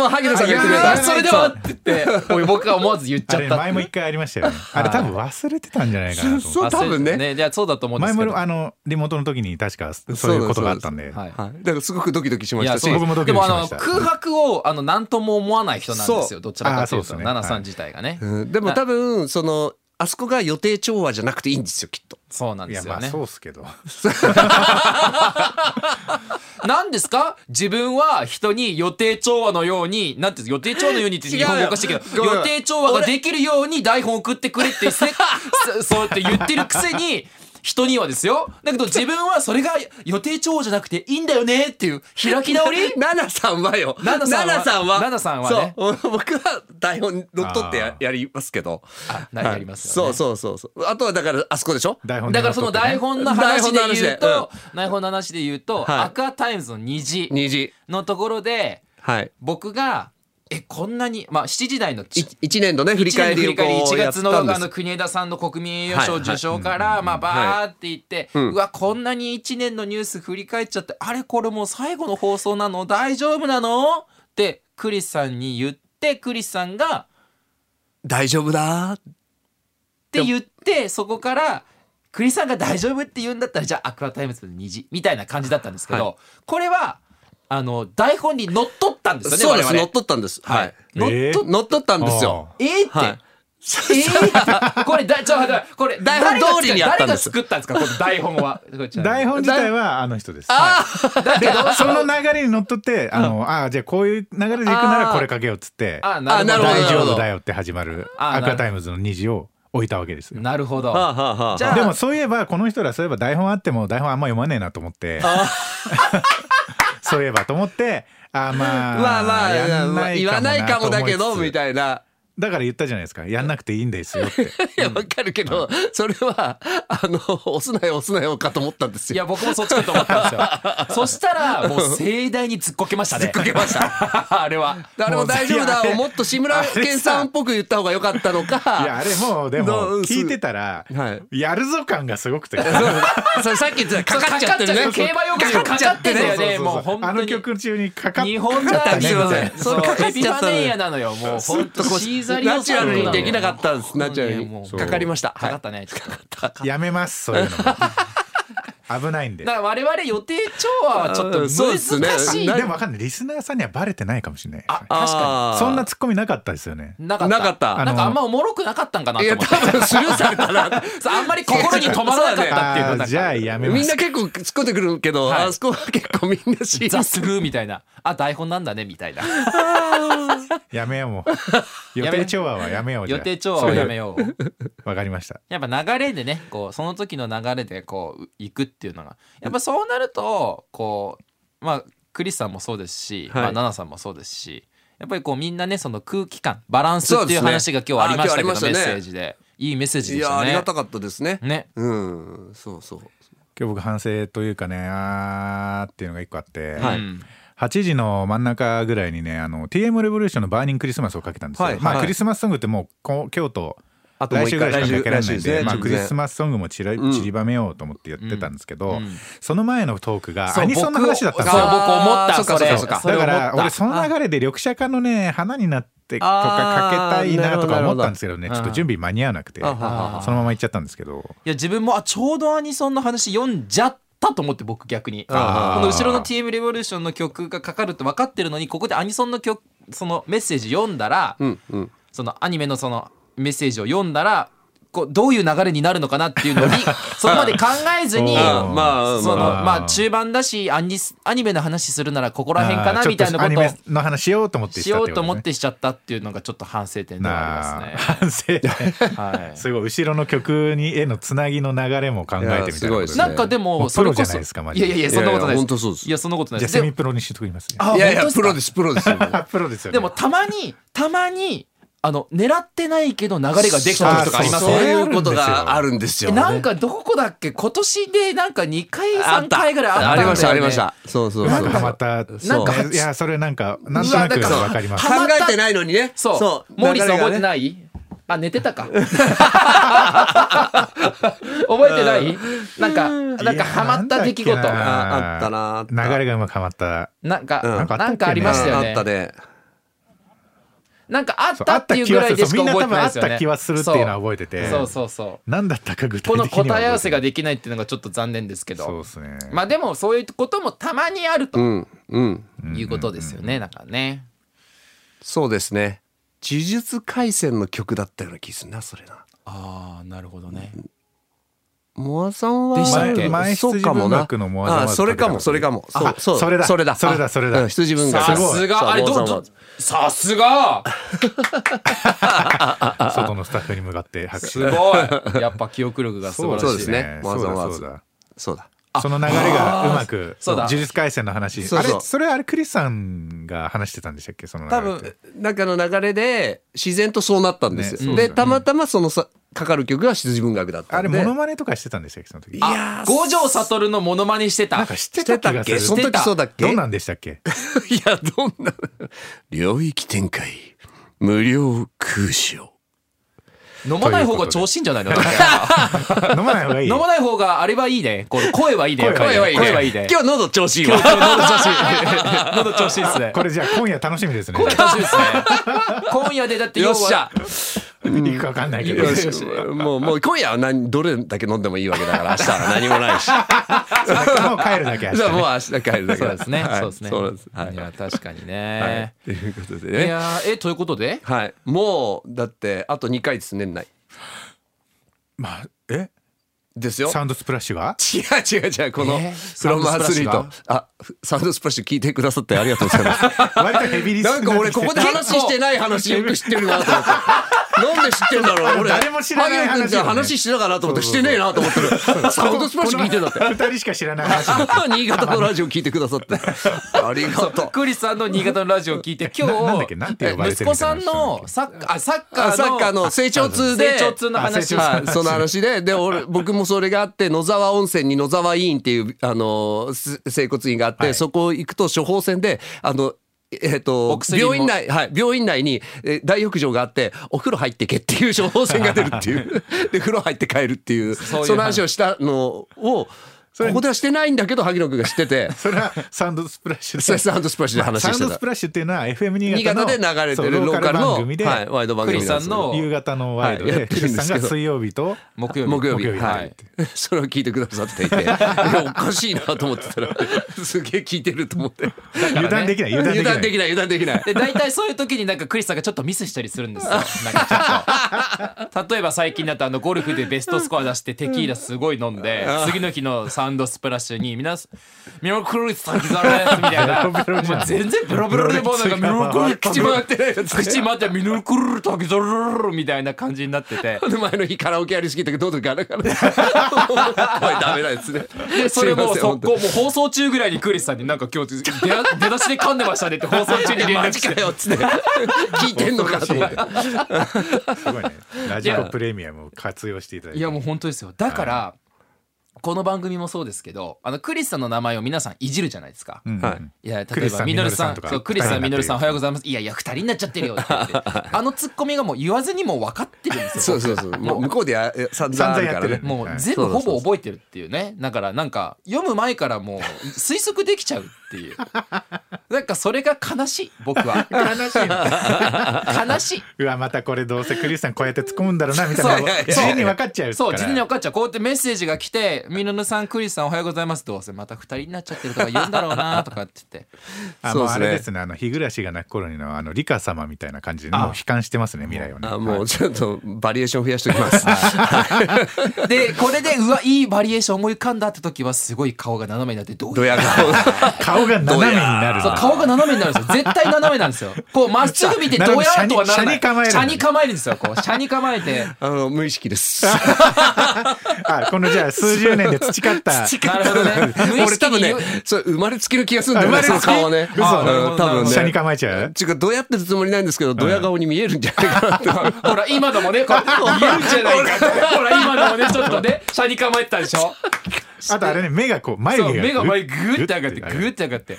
S2: う萩野さんが言ってくれ
S3: あ
S2: た
S3: ーそれではって言って、おい僕が思わず言っち
S1: あ
S3: ゃっ
S1: れ
S3: たっ
S1: 前
S3: て
S1: も一回ありま したよねあれ多分忘れてたんじゃないかなと思って
S2: そう多分ね
S3: ね。じゃあそうだと思うんで
S1: 前
S3: すけど。
S1: もあのリモートの時に確かそういうことがあったんで
S3: はい。
S2: はいだからすごくドキドキしまし
S3: いや
S2: た
S3: そ
S2: し
S3: う
S1: 僕もドキ
S3: で
S1: ドキ
S3: も
S1: し
S3: あの
S1: ました
S3: 空白をあの何とも思わない人なんです
S2: そ
S3: よ
S2: う
S3: どちらかという
S1: あーそう
S3: と
S1: ですね
S3: 奈々さん自体がね、
S2: うんでも多分そのあそこが予定調和じゃなくていいんですよきっと
S3: そうな
S1: い
S3: んで
S1: や
S3: す
S1: ま
S3: よ
S1: あ
S3: ね
S1: そうっすけど
S3: なんですか自分は人に予定調和のようになんていうんですか予定調和のようにって日本語おかしいけ
S2: 違う
S3: ど
S2: よ
S3: 予定調和ができるように台本送ってくれってせ そそうやって言ってるくせに人にはですよだけど自分はそれが予定調和じゃなくていいんだよねっていう開き 直り
S2: ナナさんはよ
S3: ナナさんは
S2: ナナ
S3: ナ
S2: さ
S3: ナさ
S2: ん
S3: ん
S2: は
S3: はね
S2: そう僕は台本乗っ取ってや
S1: あー
S2: やりますけど
S3: あなやりますよ
S2: は
S3: ね
S2: いそうそうそうそうあとはだからあそこでしょ
S1: 台本に
S3: だからその台本の話で言うと台本の話で言うと
S2: はい
S3: アクアタイムズの虹
S2: 2時
S3: のところで
S2: はい
S3: 僕がえこんなにまあ7時台のち
S2: 1年のね振り返りをこ
S3: 1
S2: うやっ
S3: 月の
S2: たんで
S3: あ
S2: す
S3: の国枝さんの国民栄誉賞
S2: はいはい
S3: 受賞からまあバーっていって
S2: うん
S3: うわこんなに1年のニュース振り返っちゃってあれこれもう最後の放送なの大丈夫なのってクリスさんに言ってクリスさんがっ
S2: 大丈夫だー
S3: て言ってそこからクリスさんが大丈夫って言うんだったらじゃあアクアタイムズの虹みたいな感じだったんですけど、
S2: は
S3: これはあの台本にのっとったんですよね
S2: そうです
S3: 我
S2: 乗っ
S3: 々
S2: 取ったんです
S3: は
S2: はいい
S1: 乗っ取っ
S2: 乗っ取ったんですよ
S3: えーって、
S2: はい
S3: えー これだちょっと待ってこれ
S2: 台本通りにやったんです
S3: 誰が作ったんですかこの台本は
S1: 台本自体はあの人ですは
S3: だけど
S1: いその流れにのっとってあのあーじゃあこういう流れでいくならこれかけようっつって
S3: あ
S2: あな
S3: な
S2: る
S3: る
S2: ほど
S3: ほ
S1: 大
S3: ど
S1: 丈夫だよって始まる
S3: あー
S1: アクアタイムズの虹を置いたわけですよ
S3: なるほど
S2: はあはあはあ
S3: じゃあ
S1: でもそういえばこの人らそういえば台本あっても台本あんま読まねえなと思って そういえばと思ってあーまあ
S2: まあまあ
S1: やん
S2: 言わないかもだけ
S1: と
S2: ど
S1: 思いつつ
S2: みたいな
S1: だから言ったじゃないですかやんなくていいんですよって
S2: い やわかるけどそれはあの押すなよ押すなよかと思ったんです
S3: い
S2: よ
S3: や僕もそっちかと思ったんですよそしたらもう盛大に突っこけましたね突っこけました あれは
S2: 誰も大丈夫だをもっと志村けんさんっぽく言った方が良かった
S1: い
S2: の
S1: や
S2: か
S1: あれもうで
S2: ど
S1: も
S2: う
S1: 聞いてたら
S2: は
S1: やるぞ感がすごくて
S2: それさっき言ってたかかっちゃってるね
S3: 競馬用語かかっちゃってるよねもう本
S1: あ
S3: 当
S1: の
S3: に
S1: 曲中にかかっ
S3: 日本じ
S1: み
S2: ね
S3: ゃ
S1: たいな
S2: すいません
S3: そう
S2: それかかっ
S3: エビ
S2: ちゃっ
S3: マ
S2: たのよ
S3: ネイアなのよもう
S2: ずっ
S3: 本
S2: と
S3: 当
S2: こう
S3: シーザリオ
S2: ナチュ
S3: さ
S2: ラ
S3: ん
S2: ルにできなか
S3: っ
S2: ったんですナチュラル
S3: も
S2: に
S3: う
S2: かかりました
S3: かか
S2: は
S3: っ
S2: い
S3: たね
S1: やめますそういうのも 危ないんで
S3: だから我々予定調和はちょっと
S2: あーそうっすね
S3: 難しい
S2: な
S1: でもわかんないリスナーさんにはバレてないかもしれない
S3: あ確か
S2: あー
S1: そんなツッコミなかったですよね
S3: になかった
S2: なかった
S3: あのなんかあんまおもろくなかったんかなと
S2: い
S3: 思
S2: や
S3: って
S2: 多分スルーされたな
S3: そうあんまり心に止まらなかったっていうの
S1: あー
S3: なん
S1: じゃ
S3: か
S1: あやめま
S2: みん
S1: す
S2: な結構突っ込んでくるけど
S3: はい
S2: あそこは結構みんなし
S3: ザスルーみたいなあ台本なんだねみたいな
S1: やめようも う予定調和はやめようじゃあ
S3: 予定調和をやめよう
S1: わかりました
S3: やっぱ流れでねこうその時の流れでこう行くっていうのがやっぱそうなるとこうまあクリスさんもそうですし、
S2: はい
S3: まあ、ナナさんもそうですしやっぱりこうみんなねその空気感バランス
S2: そう
S3: って
S2: で
S3: い
S2: す
S3: う
S2: ね
S3: 話が今日ありましたけど
S2: あ今日あ
S3: メ
S2: り
S3: ッ
S2: ましたね
S3: セージでいいメッセージ
S2: い
S3: でし
S2: や
S3: た
S2: あり
S3: ね
S2: がたかったですね
S3: ね
S2: うんそうそう
S1: 今日僕反省というかねあーっていうのが一個あって、
S2: はい
S3: うん
S1: 8時の真ん中ぐらいにねあの TM レボリューションのバーニングクリスマスをかけたんですよ、
S2: はい
S1: まあ
S2: はい
S1: クリスマスソングってもうこう今日と
S2: あともう
S1: 来
S2: 一
S1: 週ぐら
S2: 回
S1: いしかかけられないんで
S2: 来週来週ですね
S1: まあ
S2: ちょっ
S1: ク
S2: とね
S1: リスマスソングもちら
S2: うん
S1: 散りばめようと思ってやってたんですけど、
S3: うん
S1: その前のトークが
S3: そう
S1: アニソンの話だったんです
S3: 僕そう
S1: よ
S3: 僕思った
S2: あー
S3: それ
S2: そっかそっかそっか
S3: それ
S1: だから
S3: 思った
S1: 俺その流れで緑茶化のね花になってとかかけたいなとか思ったんですけどね
S3: あーなるほ
S1: ちょっと
S3: ど
S1: 準備間に合わなくてそ
S2: あ
S1: の
S2: ははは
S1: まま行っちゃったんですけど
S3: いや自分もあちょうどアニソンの話読んじゃったと思って僕逆にこ
S2: あ
S1: ー
S3: の後ろの TM レボリューションの曲がかかるって分かってるのにここでアニソンの曲そのメッセージ読んだら、
S2: うんうん
S3: そのアニメのそのメッセージを読んだらこうどういう流れになるのかなっていう のにそこまで考えずに
S1: うん
S2: あーまあ
S3: その
S2: まあ
S3: まあ中盤だしアニスアニメの話するならここら辺か
S1: あ
S3: な
S1: ー
S3: みたいなこ
S1: ち
S3: と
S1: ょっ
S3: を
S1: アニメの話しようと思って
S3: しよ
S1: た
S3: うと
S1: こ
S3: 思
S1: ね
S3: ってしちゃったっていうのがちょっと反省点ではありま
S1: なあ反省 点
S3: すね。はい
S1: すごい後ろの曲にへのつなぎの流れも考えてみたいなこと
S2: いやすごいですね
S3: なんかで
S1: も
S3: も
S1: う
S3: それ
S1: プロ
S3: こ
S1: じゃ
S3: そ
S1: ないですかマジ
S3: や
S1: で
S3: いやいやそんなことない
S2: いやいや
S3: です
S2: 本当そうです
S3: いやそんなことない
S1: じゃ
S3: で
S1: あ
S3: す
S1: セミ
S3: で
S1: プロにしときますね
S3: あ
S2: いやいや
S3: 本当
S2: プロですプロですよ
S1: あプロですよね
S3: でもたまにたまにあの狙ってないけど流れができた時とかありませ
S2: そうんい
S3: ん
S2: うことがあるんですよ
S3: え
S2: ね
S3: なんかどこだっけ今年でなんか2回
S2: あっ
S3: 3
S2: た
S3: 回ぐらいあったん
S2: あ
S3: だよ、ね、
S2: りましたありましたそうそう
S1: な
S2: そ
S1: ん
S2: う
S1: かまた
S2: そう
S1: なんかいやそれなんかなんとなく
S3: うわなんか
S1: わかります
S2: 考えてないのにね
S3: そうモーリーさん覚えてない、あ寝てたか覚えてないなんかなんかハマった出来
S1: いや
S3: 事
S1: なんだけな
S2: ああったなあった
S1: 流れがうまくはまった
S3: なんか、
S2: うん
S3: なんかありましたよ
S2: あ
S3: ね
S2: ったね
S3: なんかあっ
S1: そう
S3: たっていうぐらいでしか覚
S1: み
S3: えてないですよ
S1: んな多分あった
S3: ね
S1: 気はするっていうのは覚えてて
S3: そうそうそうそう
S1: 何だったか具体的
S3: こ
S1: に
S3: の
S1: は覚えてない
S3: 答え合わせができないっていうのがちょっと残念ですけ
S1: そう
S3: ど
S1: ですね
S3: まあでもそういうこともたまにある
S2: う
S3: と
S2: んうん
S3: いうことですよね、なんかね
S2: そうですね呪術廻戦の曲だったような気するなそれな
S3: ああなるほどね
S2: モアさんは
S3: でしたっけ
S2: 前そうか
S1: 前羊
S2: も
S1: 文
S2: な
S1: 学のモアさんは
S2: あそれかもそれかもそう
S1: あそれだ
S2: それだ
S1: それだそれだ
S2: あうん羊文学
S3: さ
S1: ごい
S3: す
S2: そう
S3: があれ
S2: モ
S3: ど
S2: アさ
S3: う
S2: ん
S3: ど
S2: は
S3: うさすが
S1: 外のスタッフに向かって拍手
S3: すごいやっぱ記憶力が素晴らしい
S2: そうですね
S1: そうだそう
S2: そう
S1: だ
S2: そうだ
S1: その流れがうまく
S3: そうだ
S1: 呪術廻戦の話
S2: そうそう
S1: あれそれあれクリスさんが話してたんでしたっけその流れ
S2: 多
S1: って
S2: 分中の流れで自然とそうなったんですよ、
S1: ねそうだ
S2: で
S1: よね
S2: たまたまそのさかかる曲が羊文学だった
S1: あれ
S2: んで
S1: モノマネとかしてたんでしたっけその時
S2: い
S1: な
S2: やー
S3: 五条悟のモノマネしてた
S1: んかしてた気がする
S2: してたっけその時そうだっけ
S1: どんなんでしたっけ
S2: いやどんな領域展開無料空賞
S3: 飲まない方が調子いいんじゃないの
S1: 飲まない方がいい
S3: 飲まない方があれはいいねこれ声はいいね
S1: 声はいいね
S3: 声はいいね
S2: 今日喉調子いいわ
S3: 喉調子いいっすね
S1: これじゃあ今夜楽しみですね
S3: 今夜楽しみですね今夜でだって
S2: よ
S3: 要
S2: っし
S3: は
S2: ゃ
S1: いくかわかんないけど
S2: よしもうもう今夜は何どれだけ飲んでもいいわけだから明日は何もないしじゃ
S1: もう帰るだけ明日
S2: あもう明日帰るだけ
S3: そう
S2: だ
S3: ですね
S2: はい
S3: そうですね
S2: そうなんですはいい
S3: や確かに
S2: はい
S3: ね
S2: ということで
S3: い
S2: ね
S3: やーえということで
S2: はいもうだってあと2回です年内
S1: まあえ
S2: ですよ
S1: サウンドスプラッシュが
S2: 違う違う違うこの
S3: えー
S2: フロムアスリー
S3: サ
S2: ト
S3: ウンド
S2: あふサウンドスプラッシュ聞いてくださってありがとうございます
S1: 割とヘビリス
S2: なんか俺ここで
S1: 結構
S2: 話してない話よく知ってるなと思ってなんで知ってんだろう俺
S1: 誰も知らない話をね
S2: 萩野君と話してたかなと思ってしてねえなと思ってるサウンドスプラッシュ聞いてんだって
S1: この 二人しか知らない話だ
S2: 新潟のラジオ聞いてくださって ありがとう
S3: クリスさんの新潟のラジオを聞いて今
S1: ななんだっけ
S3: 日
S1: なんて呼ばれて
S3: 息
S1: る
S3: 子
S1: みたいなん
S3: さ
S1: 人だっ
S3: の
S1: け
S3: サッカーあサッカー
S2: あ
S3: の
S2: サッカーの成長痛で
S3: 成長痛の話
S1: あ成長痛
S2: はいその話でで俺僕もそれがあって野沢温泉に野沢医院っていうあのす整骨院があって、
S1: はい
S2: そこ行くと処方箋であのえっと
S3: お薬も
S2: 病院内、はい、病院内にえ大浴場があってお風呂入ってけっていう処方箋が出るっていう で風呂入って帰るっていう
S3: そういう
S2: その話をしたのをここではしてないんだけど萩野君が知ってて
S1: それはサウンドスプラッシュで
S2: それサウンドスプラッシュで話
S1: サウ
S2: し
S1: ン
S2: て
S1: ドス
S2: た
S1: プ。ラッシュっていうのは FM
S2: 新
S1: 新潟
S2: 潟
S1: の
S2: で流れ
S1: そ
S2: て
S1: う
S2: るローカルの
S1: 番組で、
S2: はい、ワイド番組なんですけど
S3: クリスさんの
S1: 夕方のワイドで、
S2: はいやってるんですけ
S1: クリ
S2: ど
S1: スさんが水曜日と
S3: 木曜日
S2: 木曜日
S1: 木曜日
S2: はい それを聞いてくださ っていていやおかしいなと思ってたら すげえ聞いてると思って
S1: 油断できない油断で
S2: 油
S1: きない
S2: 断できない油断でき ない
S3: で大体そういう時になんかクリスさんがちょっとミスしたりするんですよなんかちょっと例えば最近だとあのゴルフでベストスコア出してテキーラすごい飲んで次の日のサウンドスプラッシュに皆さん「ミラクル先ざらやつ」みたいな
S1: ベロベロじゃん
S3: もう全然ベロベロでもうなんか「ミラクル口回ってないやつ口回ってミラクル滝ざら」みたいな感じになってて
S2: この前の日カラオケやりすぎたけどどうとかな からこれダメなんですね
S3: で それも
S2: すいません本
S3: 速
S2: 当
S3: 攻もう放送中ぐらいにクリスさんになんか今日出だ出だしで噛んでましたねって放送中に
S2: いや
S3: 連
S2: マ
S3: 絡
S2: ジ
S3: して
S2: かよっつって聞いてんのかと思って
S1: すごいねラジコプレミアムを活用していただいて
S3: いやもう本当ですよだから、この番組もそうですけどあのクリスさんの名前を皆さんいじるじゃないですか、
S1: うん
S2: はい
S3: いや
S1: ク
S3: 例え
S1: リスさ
S3: ば
S1: ん
S3: ミノルさ
S1: ミノルさ
S3: ん
S1: んとか
S3: そうクリスさんミノルさんお
S1: 二人になってる
S3: はようございますいやいや二人になっちゃってるよって言って あのツッコミがもう言わずにもう分かってるんです よ
S2: そうそうそうもう向こうでや散々あるか
S1: 散々や
S2: ら
S1: って
S2: ね
S1: る
S3: もう全部ほぼ覚えてるっていうねだからなんか読む前からもう推測できちゃうっていう なんかそれが悲しい僕は
S1: 悲しいな
S3: 悲しいう
S1: わまたこれどうせクリスさんこうやって突っ込むんだろうなみた
S3: そう
S1: い
S3: いやい
S1: な
S3: や
S1: い
S3: や
S1: 事前に分かっちゃうから
S3: そう事前に分かっちゃうこうやってメッセージが来て「ミノルさんクリスさんおはようございます」どうせまた二人になっちゃってるとか言うんだろうなとかって言って
S1: あ
S2: そう
S1: もう
S2: ですね
S1: あれですねあの日暮らしが泣く頃にのあのリカ様みたいな感じでもう悲観してますね未来をね
S2: あもうちょっとバリエーション増やしておき ます
S3: でこれでうわいいバリエーション思い浮かんだって時はすごい顔が斜めになってどう
S2: ドヤ 顔
S1: 顔が斜めになる
S3: そう顔が斜めになるんですよ絶対斜めなんですよ こうまっすぐ見てどうやとはならな
S1: 斜め斜
S3: い
S1: に構える
S3: 斜に構えるんですよこう 斜に構えて
S2: あの無意識です
S1: あこのじゃあ数十年で培った
S3: なるほどね無意
S2: 俺多
S3: 識に
S2: 分ね
S3: 言う、
S2: そう生まれつきの気がするんだよ
S1: あ
S2: ね、
S1: 生
S2: そ
S1: ま
S2: の
S1: れつき
S2: 顔はね。
S1: 嘘
S2: あうん
S3: なるほど
S2: 多分ね。
S1: 下に構えちゃう
S2: ちゅうか、どうやってるつもりないんですけど、ドヤ顔に見えるんじゃないかなって。
S3: ほら今のもねこ う言うんじゃないかってほら今のもねちょっとね斜に構えてたでしょ
S1: あとあれね目がこう眉
S3: そう
S1: 毛が
S3: 目が前グーって上がって
S1: グ
S3: グ
S1: ッ
S3: ーって上がって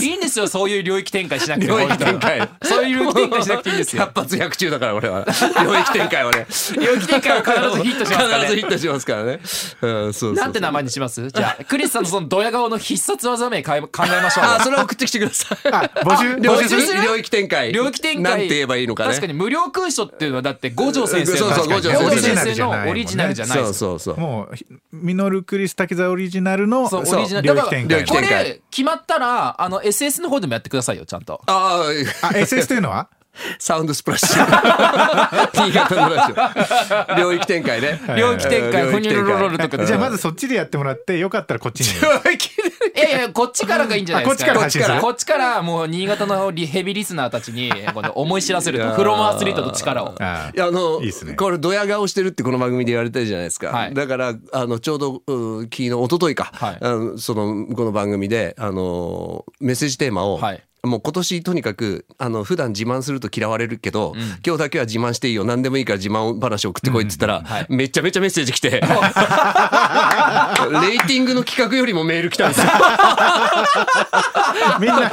S3: いいんですよそういう領域展開しなくても
S2: 領域展開
S3: そういう領域展開しなくていいんですよ
S2: 百発百中だから、俺は。領域展開はね。
S3: 領域展開は必ずヒ ットしますから
S2: 必ず
S3: ね
S2: ヒットしますからね。うん、そうそ
S3: な。
S2: うん
S3: て名前にしますじゃあ クリスさんのそのドヤ顔の必殺技名かえ考えましょう
S2: あ、それは送ってきてください。
S1: あ募集
S3: 領
S1: 募
S3: 域
S1: 集
S3: する
S2: 領域展開。
S3: 領域展開
S2: なんて言えばいいのかね。
S3: 確かに無料空所っていうのはだって五条先生の
S2: そうそう五条
S3: 五条
S1: 先
S3: 先
S1: 生
S3: 生のオリジナルじゃない
S2: そ
S3: で
S2: う
S3: す
S2: そうそう。
S1: もうひミノルクリス滝沢オリジナルの
S3: そう
S1: そう
S3: オリジナル
S1: 領
S3: だ
S1: 域
S3: から
S1: 展開
S2: 領域
S3: こ
S1: の
S2: 展開
S3: れ決まったらあの SS の方でもやってくださいよちゃんと
S2: ああ、
S1: あ SS というのは
S2: サウンドスプラッシュ。新潟のラジオ。領域展開ね。
S3: 領域展開
S2: うん
S3: ふにゅるろろるとか
S2: うん
S1: じゃあまずそっちでやってもらってよかったらこっちに
S2: 領域展開
S3: いやいやこっちからがいいんじゃないですか
S1: あこっちから発信する
S3: こっちからもう新潟のリヘビリスナーたちにこの思い知らせる
S2: い
S3: と
S2: やー
S3: フロムアスリートの力を
S1: あ
S2: いやあの
S1: いいっすね
S2: これドヤ顔してるってこの番組で言われたじゃないですか、
S3: はい
S2: だからあのちょうどう昨日一昨日か、
S3: はい
S2: あのそのこの番組であのメッセージテーマを、
S3: はい
S2: もう今年とにかくあの普段自慢すると嫌われるけど、今日だけは自慢していいよ何でもいいから自慢話送ってこいって言ったら、
S3: はい
S2: めちゃめちゃメッセー ジ来てレーティングの企画よりもメール来たんですよ。
S1: みんな みんな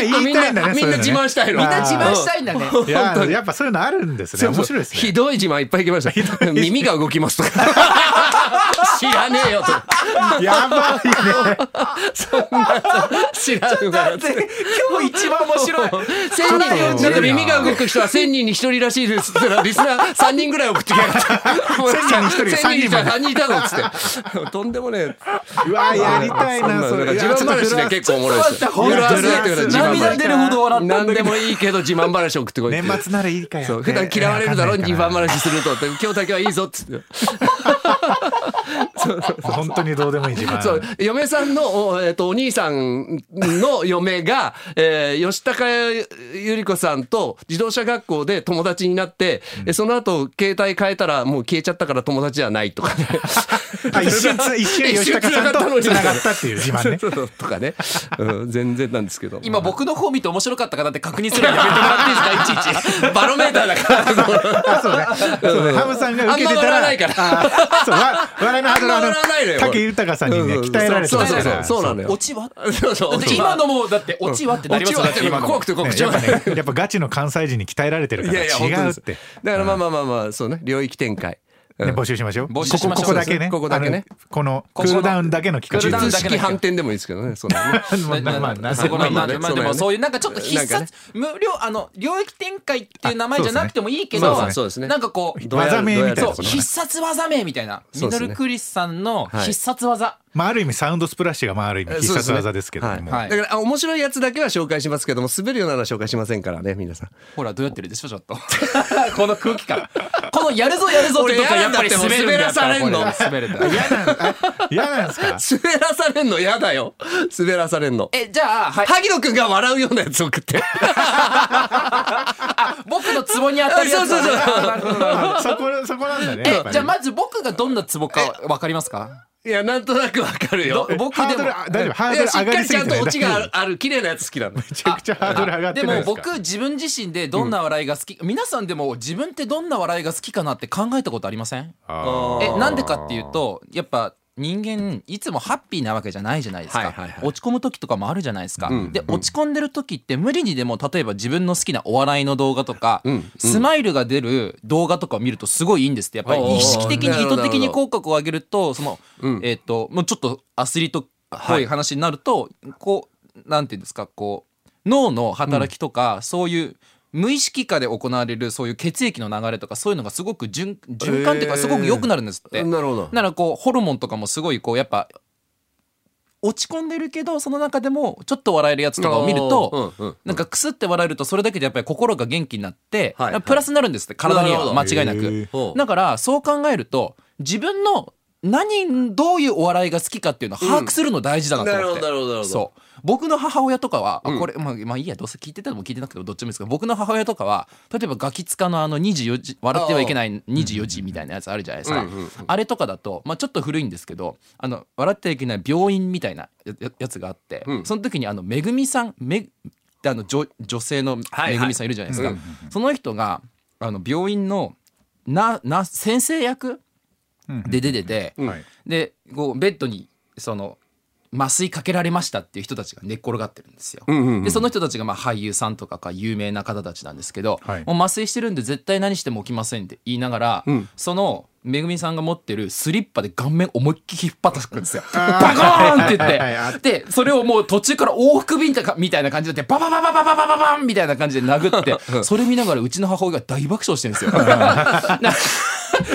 S1: 言いたいんだね
S2: みんな
S1: そう
S2: 自
S1: いうのね
S2: 慢したいの。
S1: みんな自慢
S3: したいんだね
S1: いややっぱそういうのあるんですね面白いです
S2: ひ
S1: ね
S2: どい自慢いっぱい来ました。耳が動きますと か。知らねえよと。
S1: やばい
S2: 知らんわ。
S3: 今日一番面白い
S2: 千人なんか耳が動く人は千人に一人らしいですって言ったらリスナー三人ぐらい送ってきや がった。
S1: 1000人に1人が
S2: 千人じゃ
S1: 3
S2: 三人いたのっつって。とんでもね
S1: ねうわやりたいなそれ
S2: 自慢話ね結構おもろいです
S1: ょ
S2: よ。
S1: っとフランス
S3: 涙出るほど笑ったん
S2: 何
S3: だけ
S2: で
S3: ど
S2: もいいけど自慢話送ってこいって。
S1: 年末ならいいか
S2: そう
S1: よ
S2: 普段嫌われるだろ
S1: えー
S2: 自慢話するとって今日だけはいいぞっつって。
S1: 本当にどうでもいい自慢
S2: そう嫁さんのお,、えっとお兄さんの嫁が、えー、吉高由里子さんと自動車学校で友達になって、えその後携帯変えたらもう消えちゃったから友達じゃないとかね
S1: あ一瞬 つ一瞬吉高さんとつながったっていう自慢ね
S2: そうそうとかね、うん、全然なんですけど
S3: 今僕の方見て面白かった方って確認するのやめてもらっていいですかいちいち
S2: バロメーターだから
S1: あそうねそうねハムさんが受けてた
S2: あんま笑わないから
S1: あそうわ笑いのハードルあ
S2: あんま笑わないの
S1: の
S2: よ
S1: 武豊さんにね鍛えられて
S2: そう
S1: た
S2: そ
S1: か
S2: うそう
S1: ら
S2: そうなのよ
S3: オチは
S2: そうそう
S3: だって今のもだってオチはってなりますよだって今の
S2: 怖くて怖く
S1: ね
S2: て
S1: やっぱねやっぱガチの関西人に鍛えられてるか
S2: いや
S1: ら
S2: いや本当
S1: 違う
S2: で
S1: っ
S2: す
S1: て
S2: だからまあまあまあまあそうね領域展開
S1: ね募集しましょう
S3: 募集しまし
S1: ここ
S3: ょう
S1: ここだけね
S2: ここだけね
S1: あのこの
S3: こ
S1: ク
S3: こ
S1: ール
S3: の
S1: ダウンだけの
S2: ク
S1: 企
S2: ールダ
S1: 画
S2: ウン
S3: だ
S2: 術
S3: けの
S2: 式反転でもいいですけどねそうだね
S1: まあまあまあまあ
S3: そこの
S2: ま
S3: ま
S2: あ
S3: あ
S2: ね
S3: まあでもそういうなんかちょっと必
S2: なんか
S3: 殺無料あの領域展開っていう名前じゃなくてもいいけ
S2: そう
S3: ど
S2: ですねそうですね
S3: なんかこう
S2: どうやる
S1: 技名みたいな
S2: どうや
S3: そう
S2: る
S1: ね
S3: 必殺技名みたいな
S2: そう
S3: ミ
S2: で
S3: ド
S2: すね
S3: ルクリスさんの
S2: はい
S3: 必殺技
S1: まあある意味サウンドスプラッシュがまあある意味必殺技ですけど
S2: はい
S1: も
S3: はい
S2: だからあ面白いやつだけは紹介しますけども滑るようなのは紹介しませんからね皆さん
S3: ほらどうやってるでしょちょっと この空気感このやるぞやるぞってと
S2: 俺
S3: こやっぱり
S2: やだって
S3: 滑るんだよ
S2: 滑らされんの
S3: こ滑るんだよ
S1: 嫌なんあ嫌なんですか
S2: 滑らされんのやだよ滑らされんの
S3: えじゃあはい
S2: 萩野くんが笑うようなやつ送って
S3: 僕のツボに当たるやつ
S2: そうそう そう
S3: あなるほど
S1: そこそこなんだねやっぱ
S3: え
S1: り
S3: じゃあまず僕がどんなツボかわかりますか
S2: いやなんとなくわかるよ
S3: ど僕
S1: ハー
S3: で
S1: ド
S3: も
S1: ルあ大丈夫ハ
S2: い
S1: ー
S2: や
S1: ド
S2: し
S1: ル上
S2: っ
S1: が
S2: か
S1: り
S2: り
S1: す
S2: ち
S1: ぎて
S2: ゃん
S1: な
S2: と
S1: い
S2: オチがある
S1: め
S2: ある綺麗なやつ好きなの
S1: ちゃくちゃハードル上がって
S3: で
S1: ない
S3: も
S1: ですか
S3: 僕自分自身でどんな笑いが好き、皆さんでも自分ってどんな笑いが好きかなって考えたことありません
S1: あ
S3: えなんでかっていうとやっぱ人間いつもハッピーなわけじゃないじゃないですか、
S2: はいはいはい
S3: 落ち込む時とかもあるじゃないですか、で落ち込んでる時って無理にでも例えば自分の好きなお笑いの動画とか、スマイルが出る動画とかを見るとすごいいいんですってやっぱ
S2: おーおー
S3: り意識的に意図的
S2: な
S3: に
S2: るほ
S3: 口角を上げるとその、えっ、ともうちょっとアスリートっぽい話になると、こうなんていうんですかこう脳の働きとか、そういう無意識下で行われるそういう血液の流れとかそういうのがすごく循循環っていうかすごく良くなるんですって。
S2: なるほど
S3: ならこうホルモンとかもすごいこうやっぱ落ち込んでるけどその中でもちょっと笑えるやつとかを見ると、
S2: うんうん
S3: なんかクスって笑えるとそれだけでやっぱり心が元気になって、
S2: はいはい
S3: プラスになるんですって体に
S2: なる
S3: は
S2: ほど
S3: 間違いな
S1: へ
S3: く
S1: ー。
S2: ほう
S3: だからそう考えると自分の何どういうお笑いが好きかっていうのを把握するの大事だなと思って、
S2: うんなるほどなるほどなるほど
S3: そう僕の母親とかは、あこれまあ、まあいいやどうせ聞いてたのも聞いてなくてもどっちもいいですけど僕の母親とかは例えばガキツカのあの24時笑ってはいけない24時みたいなやつあるじゃないですか、あれとかだと、まあ、ちょっと古いんですけどあの笑ってはいけない病院みたいなやややつがあって、その時にあのめぐみさんめあの女女性のめぐみさんいるじゃないですか、その人があの病院のなな先生役で出てて、
S1: はい
S3: でこうベッドにその麻酔かけられましたっていう人たちが寝っ転がってるんですよ。でその人たちがまあ俳優さんとかか有名な方たちなんですけど、
S1: はい
S3: もう麻酔してるんで絶対何しても起きませんって言いながら、そのめぐみさんが持ってるスリッパで顔面思いっきり引っ張ったくんですよ。 バコーンって言っ
S1: はい
S3: て、
S1: はいはい
S3: でそれをもう途中から往復便とかみたいな感じになってバババババババ バ バンみたいな感じで殴ってそれ見ながらうちの母親が大爆笑してるんですよ。な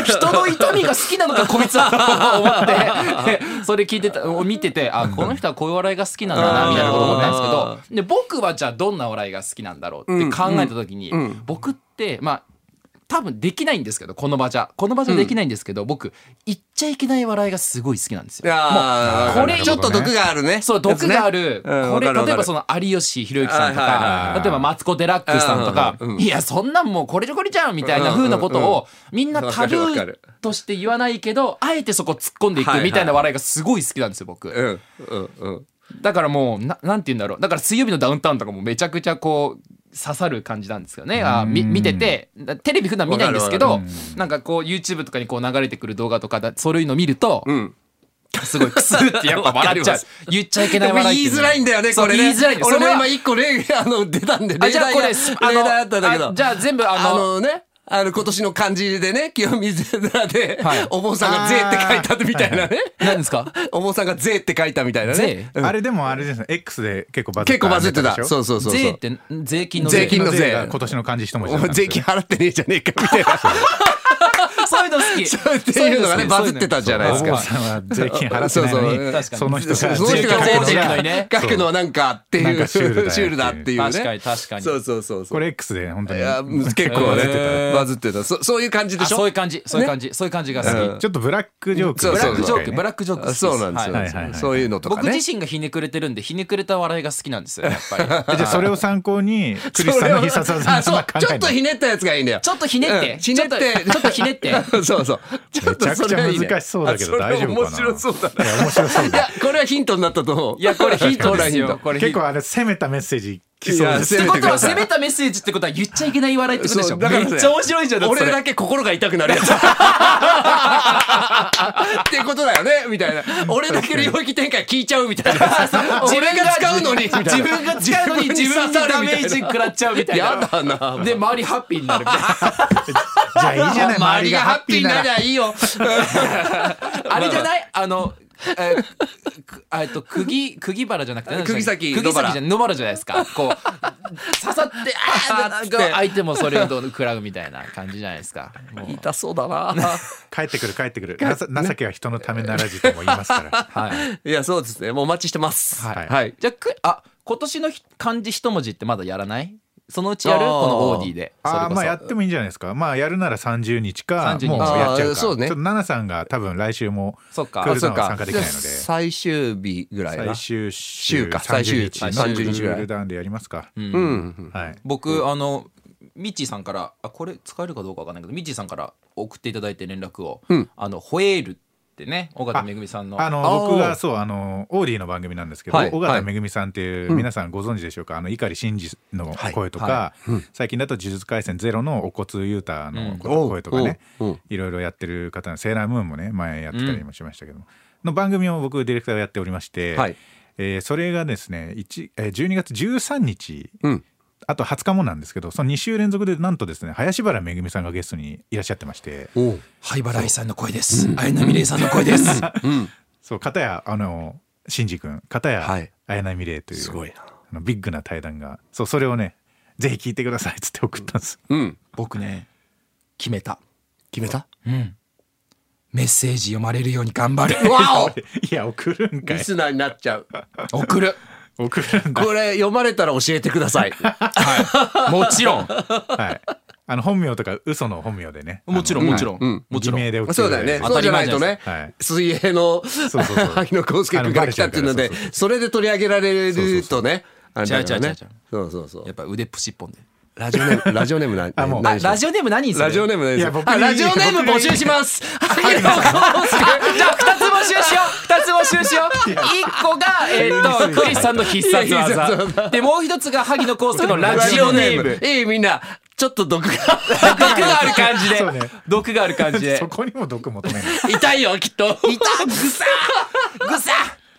S3: 人の痛みが好きなのかこいつは と思って それ聞いてた見ててあこの人はこういう笑いが好きなんだなみたいなこと思ったんですけどで僕はじゃあどんな笑いが好きなんだろうって考えた時に、
S2: うんうん
S3: 僕ってまあ多分できないんですけどこの場じゃこの場じゃできないんですけど、僕言っちゃいけない笑いがすごい好きなんですよ。
S2: あー
S3: もうこれ
S2: ちょっと毒があるね。
S3: そう、毒がある。
S2: やつねうん
S3: これ、
S2: わかるわかる
S3: 例えばその有吉弘行さんと
S2: はいはい
S1: はいは
S3: か
S1: い、
S3: 例えばマツコ・デラックスさんとか
S2: うんうんう、ん
S3: いや、そんなんもうこれじゃこれじゃんみたいな風なこと
S2: うんうんうん
S3: を、みんなタル
S2: わかるわか
S3: ー
S2: る
S3: として言わないけど、あえてそこ突っ込んでいくみたいな笑いがすごい好きなんですよ、僕。
S2: うんうんうん。
S3: だからもう、ななんて言うんだろう。だから水曜日のダウンタウンとかもめちゃくちゃこう、刺さる感じなんですよね。あみ見てて、だテレビ普段見ないんですけ
S2: わ
S3: ど、なんかこう YouTube とかにこう流れてくる動画とかだ、そういうの見ると、
S2: うん。
S3: すごいクスってやっぱ笑っちゃう
S2: わかります。
S3: 言っちゃいけない
S2: でも
S3: 笑い
S2: 言いづらいんだよね、
S3: そう
S2: これね。
S3: 言いづらいんだよ
S2: 俺
S3: そ
S2: も
S3: れは
S2: 今一個例、あの、出たんで、例
S3: あじゃあ
S2: 題
S3: こ
S2: が
S3: れ
S2: 例
S3: す
S2: 題だったんだけ
S3: あ
S2: ど。
S3: じゃあ全部あ
S2: あ
S3: の
S2: のね、あの、今年の漢字でね、清水寺で
S3: はい、
S2: お坊さんが税って書いたみたいなね。
S3: 何ですか
S2: お坊さんが税って書いたみたいなね
S3: 税。
S2: うん
S1: あれでもあれですね X で結構バズっ
S2: 結
S1: た
S2: 構バズってた。
S1: ネタでし
S2: そ
S1: ょ
S2: うそうそうそう。
S3: 税って税金の
S2: 税金の税
S1: が今年の漢字一文字
S2: お
S1: だった
S2: 前
S1: んです
S2: 税
S1: よ
S2: 金払ってねえじゃねえかみたいな。
S3: そういうの好 き
S2: そうっていうのがね、バズってたじゃないです
S1: お坊
S2: か。
S1: さんは税金払ってないのに
S2: そう
S3: そう
S1: その人が
S2: その人が
S3: 税
S2: 税
S3: 金
S2: っ
S3: を
S2: て
S3: 書くのにね
S2: 書くのはなんかって
S1: なん
S2: いう、
S1: か
S2: シ
S1: シ
S2: ュ
S1: ュールだよ
S2: ールだっていうね。
S3: 確かに確かに
S2: そうそうそうそう。
S1: これ X で本当に
S2: いや結構
S1: バズってた
S2: ねバズってたそそういう感じで
S3: あ
S2: しょ
S3: そういう感じそういう感じそういう感じが好き
S2: うん
S1: ちょっとブラックジョーク
S2: そう
S3: ブラ
S2: そう
S3: ックジョークブ
S1: ブラック
S3: ラックジョーク好き
S2: あ
S3: です
S2: そうなんですよ、
S3: はい
S1: はいはいはい
S2: そういうのとか
S3: 僕
S2: ね
S3: 自身がひねくれてるんでひねくれた笑いが好きなんですよやっぱり
S1: じゃあそれを参考にクリスさんの必殺技
S2: あ
S1: の
S2: そう
S1: 考
S2: ちょ
S1: え
S2: っとひねったやつがいいんだよ
S3: ちょっとひねって
S2: うんひねって
S3: ちょっとちょっとひねって
S2: そうそう ちょ
S1: めち
S2: っと
S1: ゃく
S2: そ
S1: ち
S2: れ
S1: ゃ
S2: はいいね
S1: 難しそうだけど大丈夫かな
S2: あそれ面白そうだ
S1: いや面白そう
S2: いやこれはヒントになったと思う
S3: いやこれヒントで
S2: これ
S3: す
S2: ヒント
S3: よこれヒン
S1: 結
S3: トっ
S1: 構あれ攻めたメッセージきそうです
S2: い
S3: て
S2: や
S3: ことは攻めたメッセージってことは言っちゃいけない笑いってことでし
S2: そ
S3: ょ
S2: う
S3: め
S2: だからね
S3: っちゃ面白いじゃんってそれ
S2: 俺だけ心が痛く なるやつっていうことだよねみたいな俺だけ領域展開聞いちゃうみたい な俺が使うのにみたいな
S3: 自分が使うのに自分にダメージ食らっちゃうみたいな
S2: やだな
S3: で周りハッピーになるみたいな
S1: じゃあいいじゃない周りがハッピーなら
S2: いいよ。
S3: あれじゃないあの、えーくえーっと、釘、釘原じゃなくて、
S2: 釘崎
S3: 釘
S2: 野原
S3: 崎じゃ、野原じゃないですか。こう、 刺さって、あ
S2: あ
S3: ー
S2: ー
S3: な
S2: っ
S3: ん
S2: て
S3: か相手もそれをどう食らうみたいな感じじゃないですか。もう
S2: 痛そうだな。
S1: 帰ってくる帰ってく るなさ情けは人のためならじとも言いますから
S3: はい。
S2: いや、そうですね。もうお待ちしてます。
S1: はい
S2: はい。
S3: じゃあ、く、あ、今年のひ漢字一文字ってまだやらないそのうちやるこ
S2: あー
S3: のオーディで。それ
S1: あ
S3: こ
S1: あ
S3: そ
S1: まあやってもいいんじゃないですかまあやるなら30日か
S3: 30日
S1: もうやっちゃう
S2: あー
S1: か
S2: そうね
S1: ちょっと奈々さんが多分来週も
S3: そっか
S1: クール
S3: そ
S1: ダウンは参加できないので
S2: 最終日ぐらいな
S1: 最。終
S2: 週
S1: 週
S2: か
S1: 30日
S2: 最
S1: の
S2: 終日30日
S1: ク
S2: ぐらい
S1: ールダウンでやりますか
S2: うん。
S1: はい
S3: 僕、あの、ミッチーさんからあこれ使えるかどうかわかんないけどミッチーさんから送っていただいて連絡を、あのホエールってね尾形めぐみさんの
S1: あの
S2: あー
S1: 僕がそうあのオーディの番組なんですけど、
S2: はい
S1: 尾形めぐみさんっていう、皆さんご存知でしょうかあの碇シンジの声とか、最近だと「呪術廻戦ゼロのお骨雄太の声とかね、
S2: うんおうおう
S1: いろいろやってる方のセーラームーンもね前やってたりもしましたけども、の番組を僕ディレクターをやっておりまして、
S2: はい
S1: えーそれがですね一えー12月13日、
S2: うん
S1: あと20日もなんですけどその2週連続でなんとですね林原めぐみさんがゲストにいらっしゃってまして。
S2: おう
S3: 灰原愛さんの声です。綾波レイさんの声です。
S1: そう片やあのシンジ君片や
S2: はい
S1: 綾波レイという、
S2: すごいな
S1: あのビッグな対談がそうそれをねぜひ聞いてくださいっつって送ったんです、
S2: うん。
S3: 僕ね、決めた。
S2: 決めた
S3: メッセージ読まれるように頑張る。
S2: わ
S1: いや送るん
S2: お
S1: か
S2: リ
S1: い
S2: スナーになっちゃう。
S3: 送る。
S1: 送るんだ
S2: これ読まれたら教えてください。
S3: もちろん。
S1: はいあの本名とか嘘の本名でね
S3: もちろん、もちろ
S1: ん
S3: ん。もちろ
S1: 偽名
S3: ん。
S1: で 送って
S2: そ
S1: く
S2: う
S1: れ
S2: だ
S1: る
S2: よね。
S3: 当
S2: そ
S3: た
S2: う
S3: り
S2: じゃな
S3: 前
S2: い
S3: じゃ
S2: と
S3: ない
S2: ね
S3: です、
S1: はい
S2: 水泳の
S1: そうそうそう
S2: 萩野公介君が来たっていうの
S1: あのバレちゃうからそうそう
S2: でそれで取り上げられるとねあれだからね
S3: 違う違う違う違う
S2: そうそうそう
S3: やっぱ腕プシッポンで。
S2: ラジオネームラジオネームな
S1: あもう
S2: 何でしょ
S3: ラジオネーム何にする
S2: ラジオネームないです
S1: いや僕
S2: あ
S1: に
S2: ラジオネーム募集します。萩野公介
S3: あじゃあ二つ募集しよう二つ募集しよう一個が、えーっと、クリスさんの必殺
S2: いや必殺
S3: 技。で、もう一つが萩野公介のラジオネーム。
S2: いいみんなちょっと毒が
S3: 毒がある感じで
S1: そうね。
S3: 毒がある感じ で
S1: そ。こにも毒求めない
S2: 痛いよきっと。
S3: いたぐさぐさ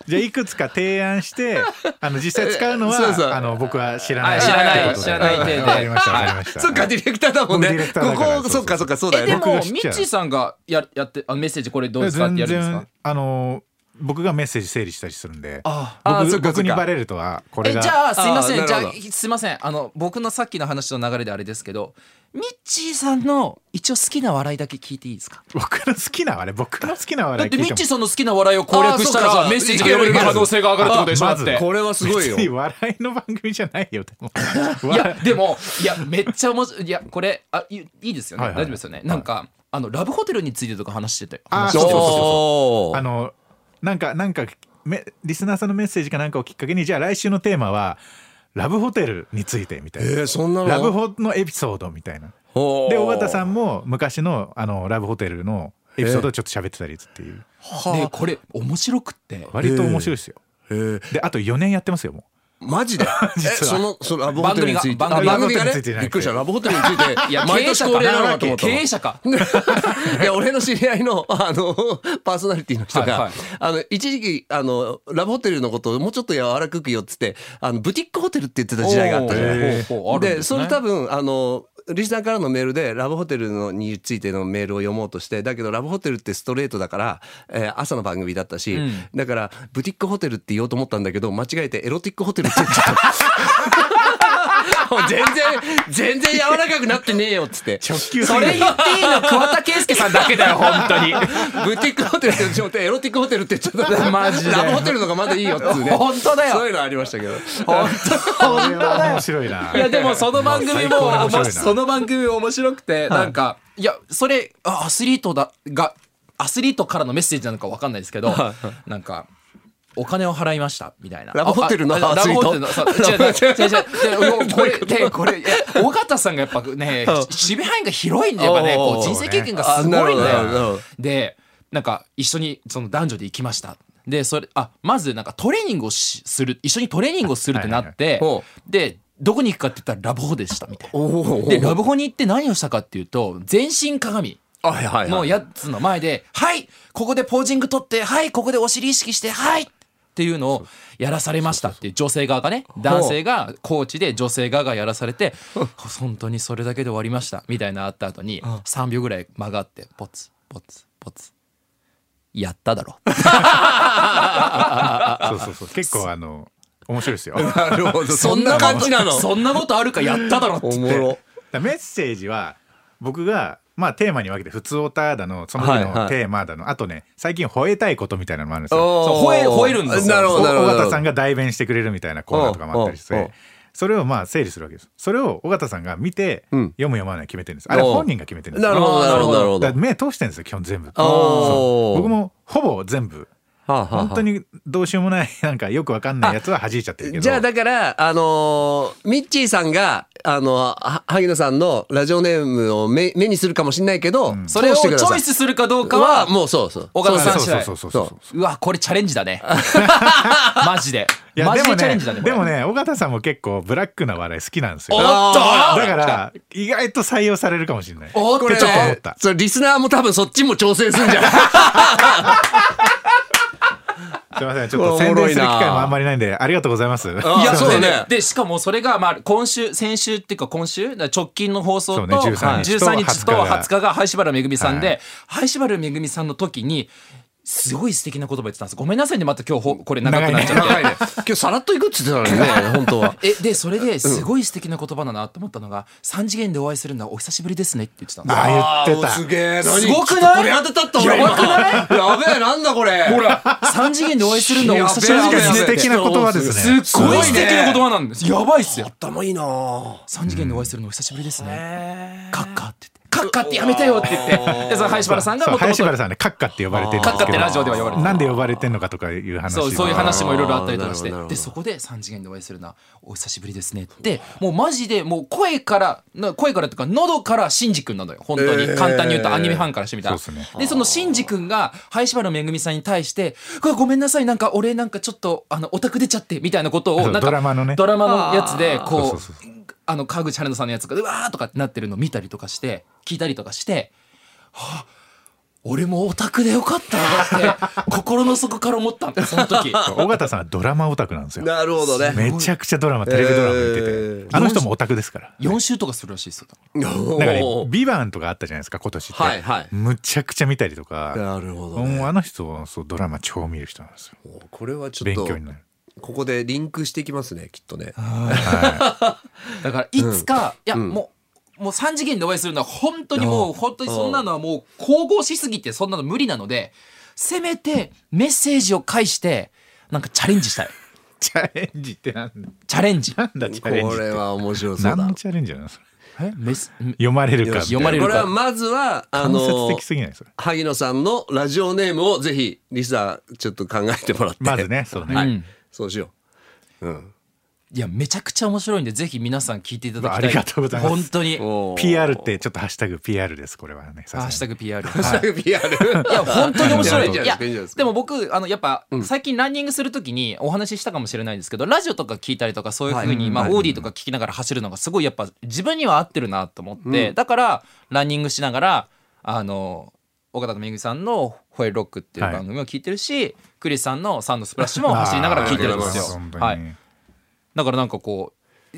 S1: じゃあいくつか提案してあの実際使うのは
S2: そうそう
S1: あの僕は知らない
S3: はい知らない
S1: とうことで
S3: 知らない手で
S1: わかりましたわかりました
S2: そっかディレクターだも
S1: 僕
S2: ん
S1: ディ
S2: ね
S1: レク。ターだから
S2: ここそっかそっかそうだ
S3: え
S2: よ
S3: で
S1: 僕
S2: ね。
S3: も
S1: が知
S3: ミ
S1: っちゃう
S3: ッチーさんがややってあのメッセージこれどうですかっ
S1: 全
S3: てやるんですか
S1: 然あの僕がメッセージ整理したりするんで
S2: あ
S3: あーそ
S1: 僕
S3: っかそっか
S1: 僕にバレるとはこれ
S3: え
S1: が
S3: じゃあすいま
S2: あ
S3: せ
S2: ー
S3: んじゃ
S2: なる
S3: あ
S2: ほ
S3: すいませんあの僕のさっきの話の流れであれですけどミッチーさんの一応好きな笑いだけ聞いていいですか
S1: 僕の好きなあれ僕の好きな
S3: だ
S1: 笑
S3: っ
S1: い聞
S3: て
S1: いても
S3: ミッチーさんの好きな笑いを攻略した
S2: あーそっ
S3: ら
S2: か
S3: メッセージが読める可能性が上がるってことでしょだって
S2: これはすごいよ
S1: 別に笑いの番組じゃないよで も
S3: いやでもいやめっちゃ面白いいやこれあいいいですよね、
S1: はいはい
S3: 大丈夫ですよねなんか、あのラブホテルについてとか話してたよ
S1: あー
S3: 話
S1: そうそうそう
S2: お
S1: あ
S2: ー
S1: のなんかなんかめリスナーさんのメッセージかなんかをきっかけにじゃあ来週のテーマはラブホテルについてみたいな、
S2: えーそんなの
S1: ラブホのエピソードみたいな
S2: おー
S1: で尾形さんも昔のあのラブホテルのエピソードをちょっと喋ってたりっていう、
S3: でこれ面白くって
S1: 割と面白いですよ、
S2: えー
S1: であと4年やってますよも
S2: マ ジでえ
S1: 実は
S2: そのそのラブホテルについて
S3: 番組
S1: が
S2: あ番組
S1: 番組
S2: がね
S1: についてじゃなくて
S2: びっくりしたラブホテルについて
S3: いや
S2: 毎年恒例なのかと思った
S3: 経営者か
S2: いや俺の知り合いのあの パーソナリティの人が、
S3: はいはい
S2: あの一時期あのラブホテルのことをもうちょっと柔らかく言おうっつってあのブティックホテルって言ってた時代があったじゃない
S1: おー
S3: ほうほうあるん
S2: で,、
S3: です
S2: そ
S3: ね
S2: れ多分あのリスナーからのメールでラブホテルのについてのメールを読もうとしてだけどラブホテルってストレートだから、えー朝の番組だったし、
S3: うん
S2: だからブティックホテルって言おうと思ったんだけど間違えてエロティックホテルって言っちゃった。もう 全然全然柔らかくなってねえよっつって
S1: う直球す
S3: そ
S1: ぎる
S3: れ言っていいの桑田佳祐さんだけだよ本当に
S2: ブティックホテルって言っちゃってエロティックホテルって言っちゃった
S3: マジで
S2: ラブホテルの方がまだいいよっつうね
S3: 本当だよ
S2: そういうのありましたけど
S3: 本当
S1: これは面白いない
S3: やでもその番組
S1: 最高だ
S3: も
S1: 面白いな
S3: その番組面白くてなんかいやそれあアスリートだがアスリートからのメッセージなのかわかんないですけどなんか。お金を払いましたみたいな。
S2: ラブホテルの
S3: ああ
S2: アスリート
S3: ラブホテルのそう違う違う違う違う。でもこれでこれいや尾形さんがやっぱね守備範囲が広いんでやっぱね
S2: おうおう
S3: こう人生経験がすごいんだ
S2: あなるほどなるほ
S3: よ
S2: ど。
S3: でなんか一緒にその男女で行きました。でそれあまずなんかトレーニングをしする一緒にトレーニングをするってなって。で
S2: ほ
S3: でどこに行くかって言ったらラブホでしたみたいな。
S2: おー
S3: でラブホに行って何をしたかっていうと全身鏡
S2: はいはい
S3: の
S2: はい
S3: やつの前で「はいここでポージング取ってはいここでお尻意識してはい」っていうのをやらされましたっていう女性側がね男性がコーチで女性側がやらされて「本当にそれだけで終わりました」みたいなあった後に3秒ぐらい曲がってポツポツポツ「やっただろ」
S1: そうそうそう結構あの面白いですよ
S2: なるほど そんな感じなの
S3: そんなことあるかやっただろって
S2: おもろ
S1: だからメッセージは僕がまあテーマに分けて「普通オタ」だのその時
S2: はいは
S1: の
S2: い
S1: テーマだの、あとね最近吠えたいことみたいなのもあるんですよ。
S2: そう
S3: 吠え吠えるんですよ
S2: なるほどなるほ
S1: 尾
S2: ど
S1: 形さんが代弁してくれるみたいなコーナーとかもあったりし
S2: おうおうおう
S1: てそれをまあ整理するわけですそれを尾形さんが見て、
S2: ん
S1: 読む読まない決めてるんですあれ
S2: おう
S1: 本人が決めてるんです
S2: なる
S1: よ
S2: ほどなるほどなるほど
S1: だから目通してるんですよ基本全部
S2: おう
S1: 僕もほぼ全部
S2: はあはあはあ
S1: 本当にどうしようもないなんかよくわかんないやつは弾いちゃってるけど
S2: じゃあだから、あのーミッチーさんが、あのーは萩野さんのラジオネームを目目にするかもしれないけど、
S3: それを
S2: 通し
S3: チ
S2: てください
S3: ョイスするかどうかは
S2: は、もうそうそう。
S3: 岡田さ
S1: そ
S3: ん
S1: う
S3: 次第
S1: そうそうそうそう
S3: うわこれチャレンジ だねマジで
S1: いや
S3: マ
S1: で
S3: ジ
S1: も
S3: でチャレ
S1: ね
S3: ンジだね
S1: でも
S3: ね
S1: ね尾形さんも結構ブラックな笑い好きなんですよ
S3: おっ
S2: あ
S1: だ
S3: と
S1: から意外と採用されるかもしれない。
S3: おっ
S2: ことれ
S1: ちょっと思
S2: ね
S1: った、
S2: それリスナーも多分そっ ちも調整するんじゃない
S1: すいませんちょっと宣伝する機会もあんまりないんでありがとうございます。い
S2: あ
S3: いや
S2: そ
S3: そう
S2: だ
S3: うだ
S2: ね
S3: ねでしかもそれがまあ今週先週っていうか今週だから直近の放
S1: そ
S3: 送
S1: うね
S3: と
S1: 13日と
S3: 13日と
S1: 20日が
S3: 20日が林原めぐみさん
S1: は
S3: で林原めぐみさんの時にすごい素敵な言葉言ってたんですごめんなさいねまた今日ほこれ長くなっちゃって
S2: 長いね今日さらっといくって言ってたの にね、本当は。
S3: えでそれですごい素敵な言葉だなと思ったのが3次元でお会いするのはお久しぶりですねって言ってたんですよ
S1: あ言ってた
S2: あーす。げえ。何
S3: すごくない
S2: これ当てたった俺。やばくないやべえ、なんだこれ。ほら。
S3: 三次元でお会いするのはお久しぶ
S1: 確
S3: り
S1: か
S3: です
S1: に素
S3: ね。
S1: 敵な言葉です
S3: すっ
S1: ね。
S3: ごい素敵な言葉なんです。やばいっすよ。
S2: 頭いいなぁ
S3: 三次元でお会いするのお久しぶりですね。カッカって言って。カッカってやめてよって言って。で、その林原さんが
S1: そう
S3: もとも
S1: 林
S3: と。
S1: 原さんねカッカって呼ばれてるんです
S3: カッカっ
S1: け
S3: てラジオでは
S1: ど
S3: 言われてる
S1: なんで呼ばれてんのかとかいう話
S3: そうそういう話もいろいろあったりとかし
S2: あーな
S3: て
S2: るほどなるほど
S3: でそこで三次元でお会いするのはお久しぶりですねってもうマジでもう声からな声からっていうか喉からシンジ君なのよ本当に、
S2: えー
S3: 簡単に言うとアニメファンからしてみたら
S1: そうっすね
S3: でそのシンジ君が林原めぐみさんに対して「うわごめんなさいなんか俺なんかちょっとあのオタク出ちゃって」みたいなことを
S1: そ う
S3: な
S1: ん
S3: か
S1: ドラマのね
S3: ドラマのやつでこ
S1: そううそう
S3: あの川口春奈さんのやつが「うわ!」とかってなってるのを見たりとかして聞いたりとかして。はあ俺もオタクでよかったなって 心の底から思ったんだその時
S1: 尾形さんはドラマオタクなんですよ
S2: なるほどね。
S1: めちゃくちゃドラマテレビドラマ見てて、
S2: えー
S1: あの人もオタクですから
S3: 4週とかするらしいですよ
S2: お
S1: だからね「
S2: ー
S1: ビバンとかあったじゃないですか今年って、
S2: はいはい
S1: むちゃくちゃ見たりとか、
S2: なるほどね。
S1: もうあの人はそうドラマ超見る人なんですよ
S2: おーこれはちょっ
S1: 勉
S2: と
S1: 強に なる
S2: ここでリンクしていきますねきっとね。
S3: だからいつか、いや、もうもう3次元でお会いするのは本当にもう本当にそんなのはもう神々しすぎてそんなの無理なのでせめてメッセージを介してなんかチャレンジしたい
S1: チャレンジってなんだ
S3: チャレンジ
S1: なんだチ
S2: こ
S1: ャレンジっ
S2: れ
S1: て
S2: は面白そうだ。
S1: 何
S2: こ
S1: のチャレンジなんですか
S3: えメス
S1: 読まれるかみたいな
S3: 読まれる
S2: れはまずはあ
S1: 間接
S2: の
S1: 的すぎないそれ
S2: 萩野さんのラジオネームをぜひリスナーちょっと考えてもらって。
S1: まずねそうね、
S3: うん
S2: そうしよう。うん。
S3: いやめちゃくちゃ面白いんでぜひ皆さん聞いていただきたい
S1: ありがとうございます
S3: 本当にハ
S2: おー
S1: PR ってちょっとハッシュタグ PR ですこれはね
S3: ッシュタ
S1: グ
S3: グ PR
S2: ハッシュタグ PR。
S3: いや本当に面白い。
S2: い
S3: い
S2: や
S3: や
S2: いいんじゃないですか
S3: でも僕あのやっぱ最近ランニングするときにお話ししたかもしれないですけどラジオとか聞いたりとかそういう風にまあオーディとか聞きながら走るのがすごいやっぱ自分には合ってるなと思ってだからランニングしながらあの岡田めぐさんのホエールロックっていう番組を聞いてるしクリスさんのサンドスプラッシュも走りながら聞いてるんですよ。はい。だからなんかこう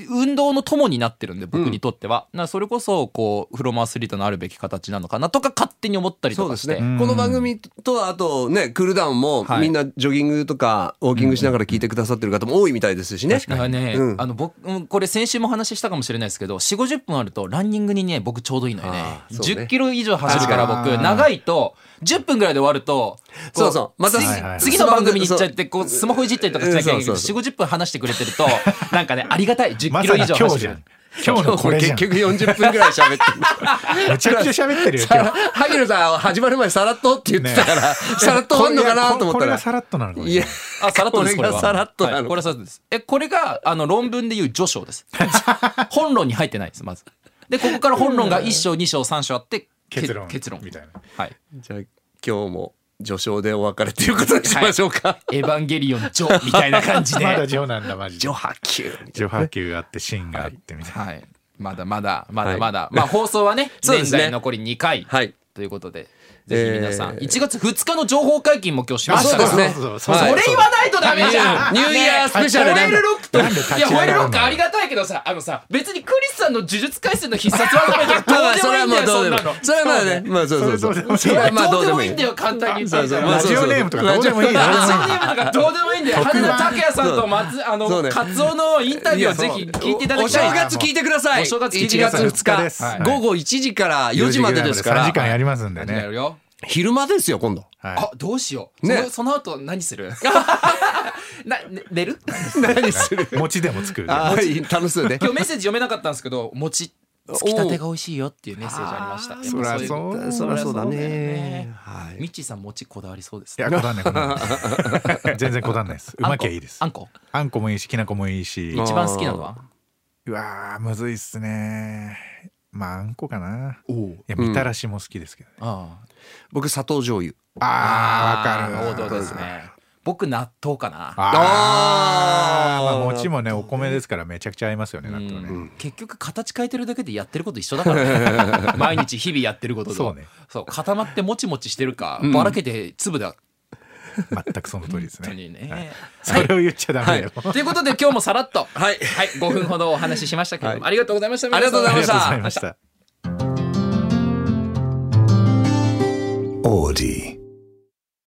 S3: 運動の友になってるんで僕にとっては、なそれこそこうフロムアスリートのあるべき形なのかなとか勝手に思ったり
S2: そ
S3: と
S2: う
S3: か
S2: で
S3: し
S2: す
S3: て、
S2: ね。この番組とあとねクールダウンも
S3: はい
S2: みんなジョギングとかウォーキングしながら聞いてくださってる方も多いみたいですしね。
S3: だからね、
S2: うん
S3: あの僕うんこれ先週も話したかもしれないですけど4 5 0分あるとランニングにね僕ちょうどいいのよね
S2: あーそう
S3: 1
S2: ね
S3: 0キロ以上走るから
S1: あ
S3: 僕
S1: ー
S3: 長いと10分ぐらいで終わるとこ
S2: そうそうまた
S3: 次
S2: はいはい
S3: 次の番組に行っちゃってこうスマホいじったりとかしなきゃいけないけ
S2: う
S3: ど
S2: んそう
S3: 4 5 0分話してくれてると なんかねありがたい1 0
S1: ま
S3: キロ
S1: さ
S3: 以
S1: に
S3: 上
S1: 今日
S3: 走
S1: じゃ
S3: る
S1: ん。今日のこれじゃん
S2: 結局40分ぐ らい喋ってる。
S1: めちゃくちゃ喋ってるよ今日
S2: 萩野さん始まる前さらっとって言ってたから、さらっと終わんのかなと思っ
S1: こ
S2: た
S1: れが
S2: ら。
S1: さらっとなのかもし
S2: い
S1: れ
S2: や
S1: ない、
S3: あさらっとです
S2: こ
S3: こ
S2: れ
S3: れ
S2: が
S3: は
S2: さらっとな
S3: はい
S2: の
S3: これはさらっとですえこれがあの論文でいう序章です 本論に入ってないですまずでここから本論が1章2章3章あってけ
S1: 結論
S3: 結論
S1: みたいな
S3: はい
S2: じゃあ今日も序章でお別れということにしましょうか。
S3: エヴァンゲリオンジョみたいな感じで。
S1: まだジョなんだマジで
S2: 序波球みたい
S1: ジョ波球があってシンがあってみたいな、
S3: はい。まだまだ、まだまだ。まあ放送はね、
S2: そうで
S3: 現
S2: すね
S3: 在残り2回。
S2: はい
S3: ということで、ぜひ皆さん、
S2: えー
S3: 1月2日の情報解禁も今日しました
S2: あそうですね
S1: そう
S3: そ
S1: そう
S3: れ
S1: そう
S3: 言わないとダメじゃん
S2: ニューイヤースペシャルね
S3: ホイールロックと、い
S1: なんで立ち上が
S3: や、
S1: るの
S3: ホイールロックありがたいけどさ、あのさ、別にクリスさんの呪術回戦の必殺技なんてど
S2: な。
S3: うでもいいんだよ、そんなの。
S2: それはまあね、まあそうそうそう。
S1: それ
S2: はまあどう
S3: どうで
S2: で
S3: も
S2: も
S3: い
S2: い
S3: い
S2: い
S3: ん。だよ、簡単に言って
S2: そうそうまあ
S1: ラ
S2: そう
S1: ジオネームとかどうでもいいよ
S3: ラジオネームなんかどうでもいいんだよ。
S1: 特
S3: 原
S1: 番
S3: 田拓也さんと松、あ
S2: そう
S3: の、
S2: ね
S3: カツオのインタビューをぜひ聞いていただ
S2: お
S3: きたい
S2: 正。月聞いてください。
S3: お正月聞い
S2: 1
S3: てくだ
S2: 月
S3: さ
S1: 2日
S2: 2
S3: い
S1: で
S2: 日
S1: すはい
S2: 午後1時から4時までですか
S1: 3時
S2: ら、
S1: 間やりますんで
S3: 何や
S1: ね
S3: るよ。
S2: 昼間ですよ今度。
S1: はい
S3: あどうしよう。
S2: ね
S3: そのその後何 する？な、ね寝 る？
S2: 何する？
S1: 餅でも作る
S2: あー楽しそうね。
S3: 今日メッセージ読めなかったんですけど、餅つきたてが美味しいよっていうメッセージありました。
S1: そりゃ
S3: う。
S1: そう
S2: そりゃそうだ
S3: そりゃそうだよ
S2: ね
S3: ね。
S2: はい。
S3: ミッチーさん餅こだわりそうです
S1: い。やこだわんないこだわんな い全然こだわんないですうまきゃいいです
S3: あんこ。
S1: あんこもいいしきなこもいいし
S3: 一番好きなのは？
S1: うわーむずいっすねまああんこかな
S3: お
S1: いやみたらしも好きですけどね、
S3: あ
S2: 僕砂糖醤油。
S1: あー
S3: あ。
S1: わかる
S3: 王道ですね。僕納豆かな。
S1: あー
S2: あー
S1: まあ餅もねお米ですからめちゃくちゃ合いますよね納豆ね、
S3: 結局形変えてるだけでやってること一緒だから ね毎日日々やってることと
S1: そうね
S3: そう固まってもちもちしてるかばらけて粒だ
S1: 全くその通りです
S3: 本当
S1: ね
S3: にね
S1: それを言っちゃダメだよ、
S3: ということで今日もさらっと
S2: はい
S3: はい、5分ほどお話ししましたけれども、
S2: は
S3: ありがとうございました
S2: ありがとうござ
S1: あ
S2: いま
S1: り
S2: し
S1: が
S2: た
S1: とうございました
S4: オーディ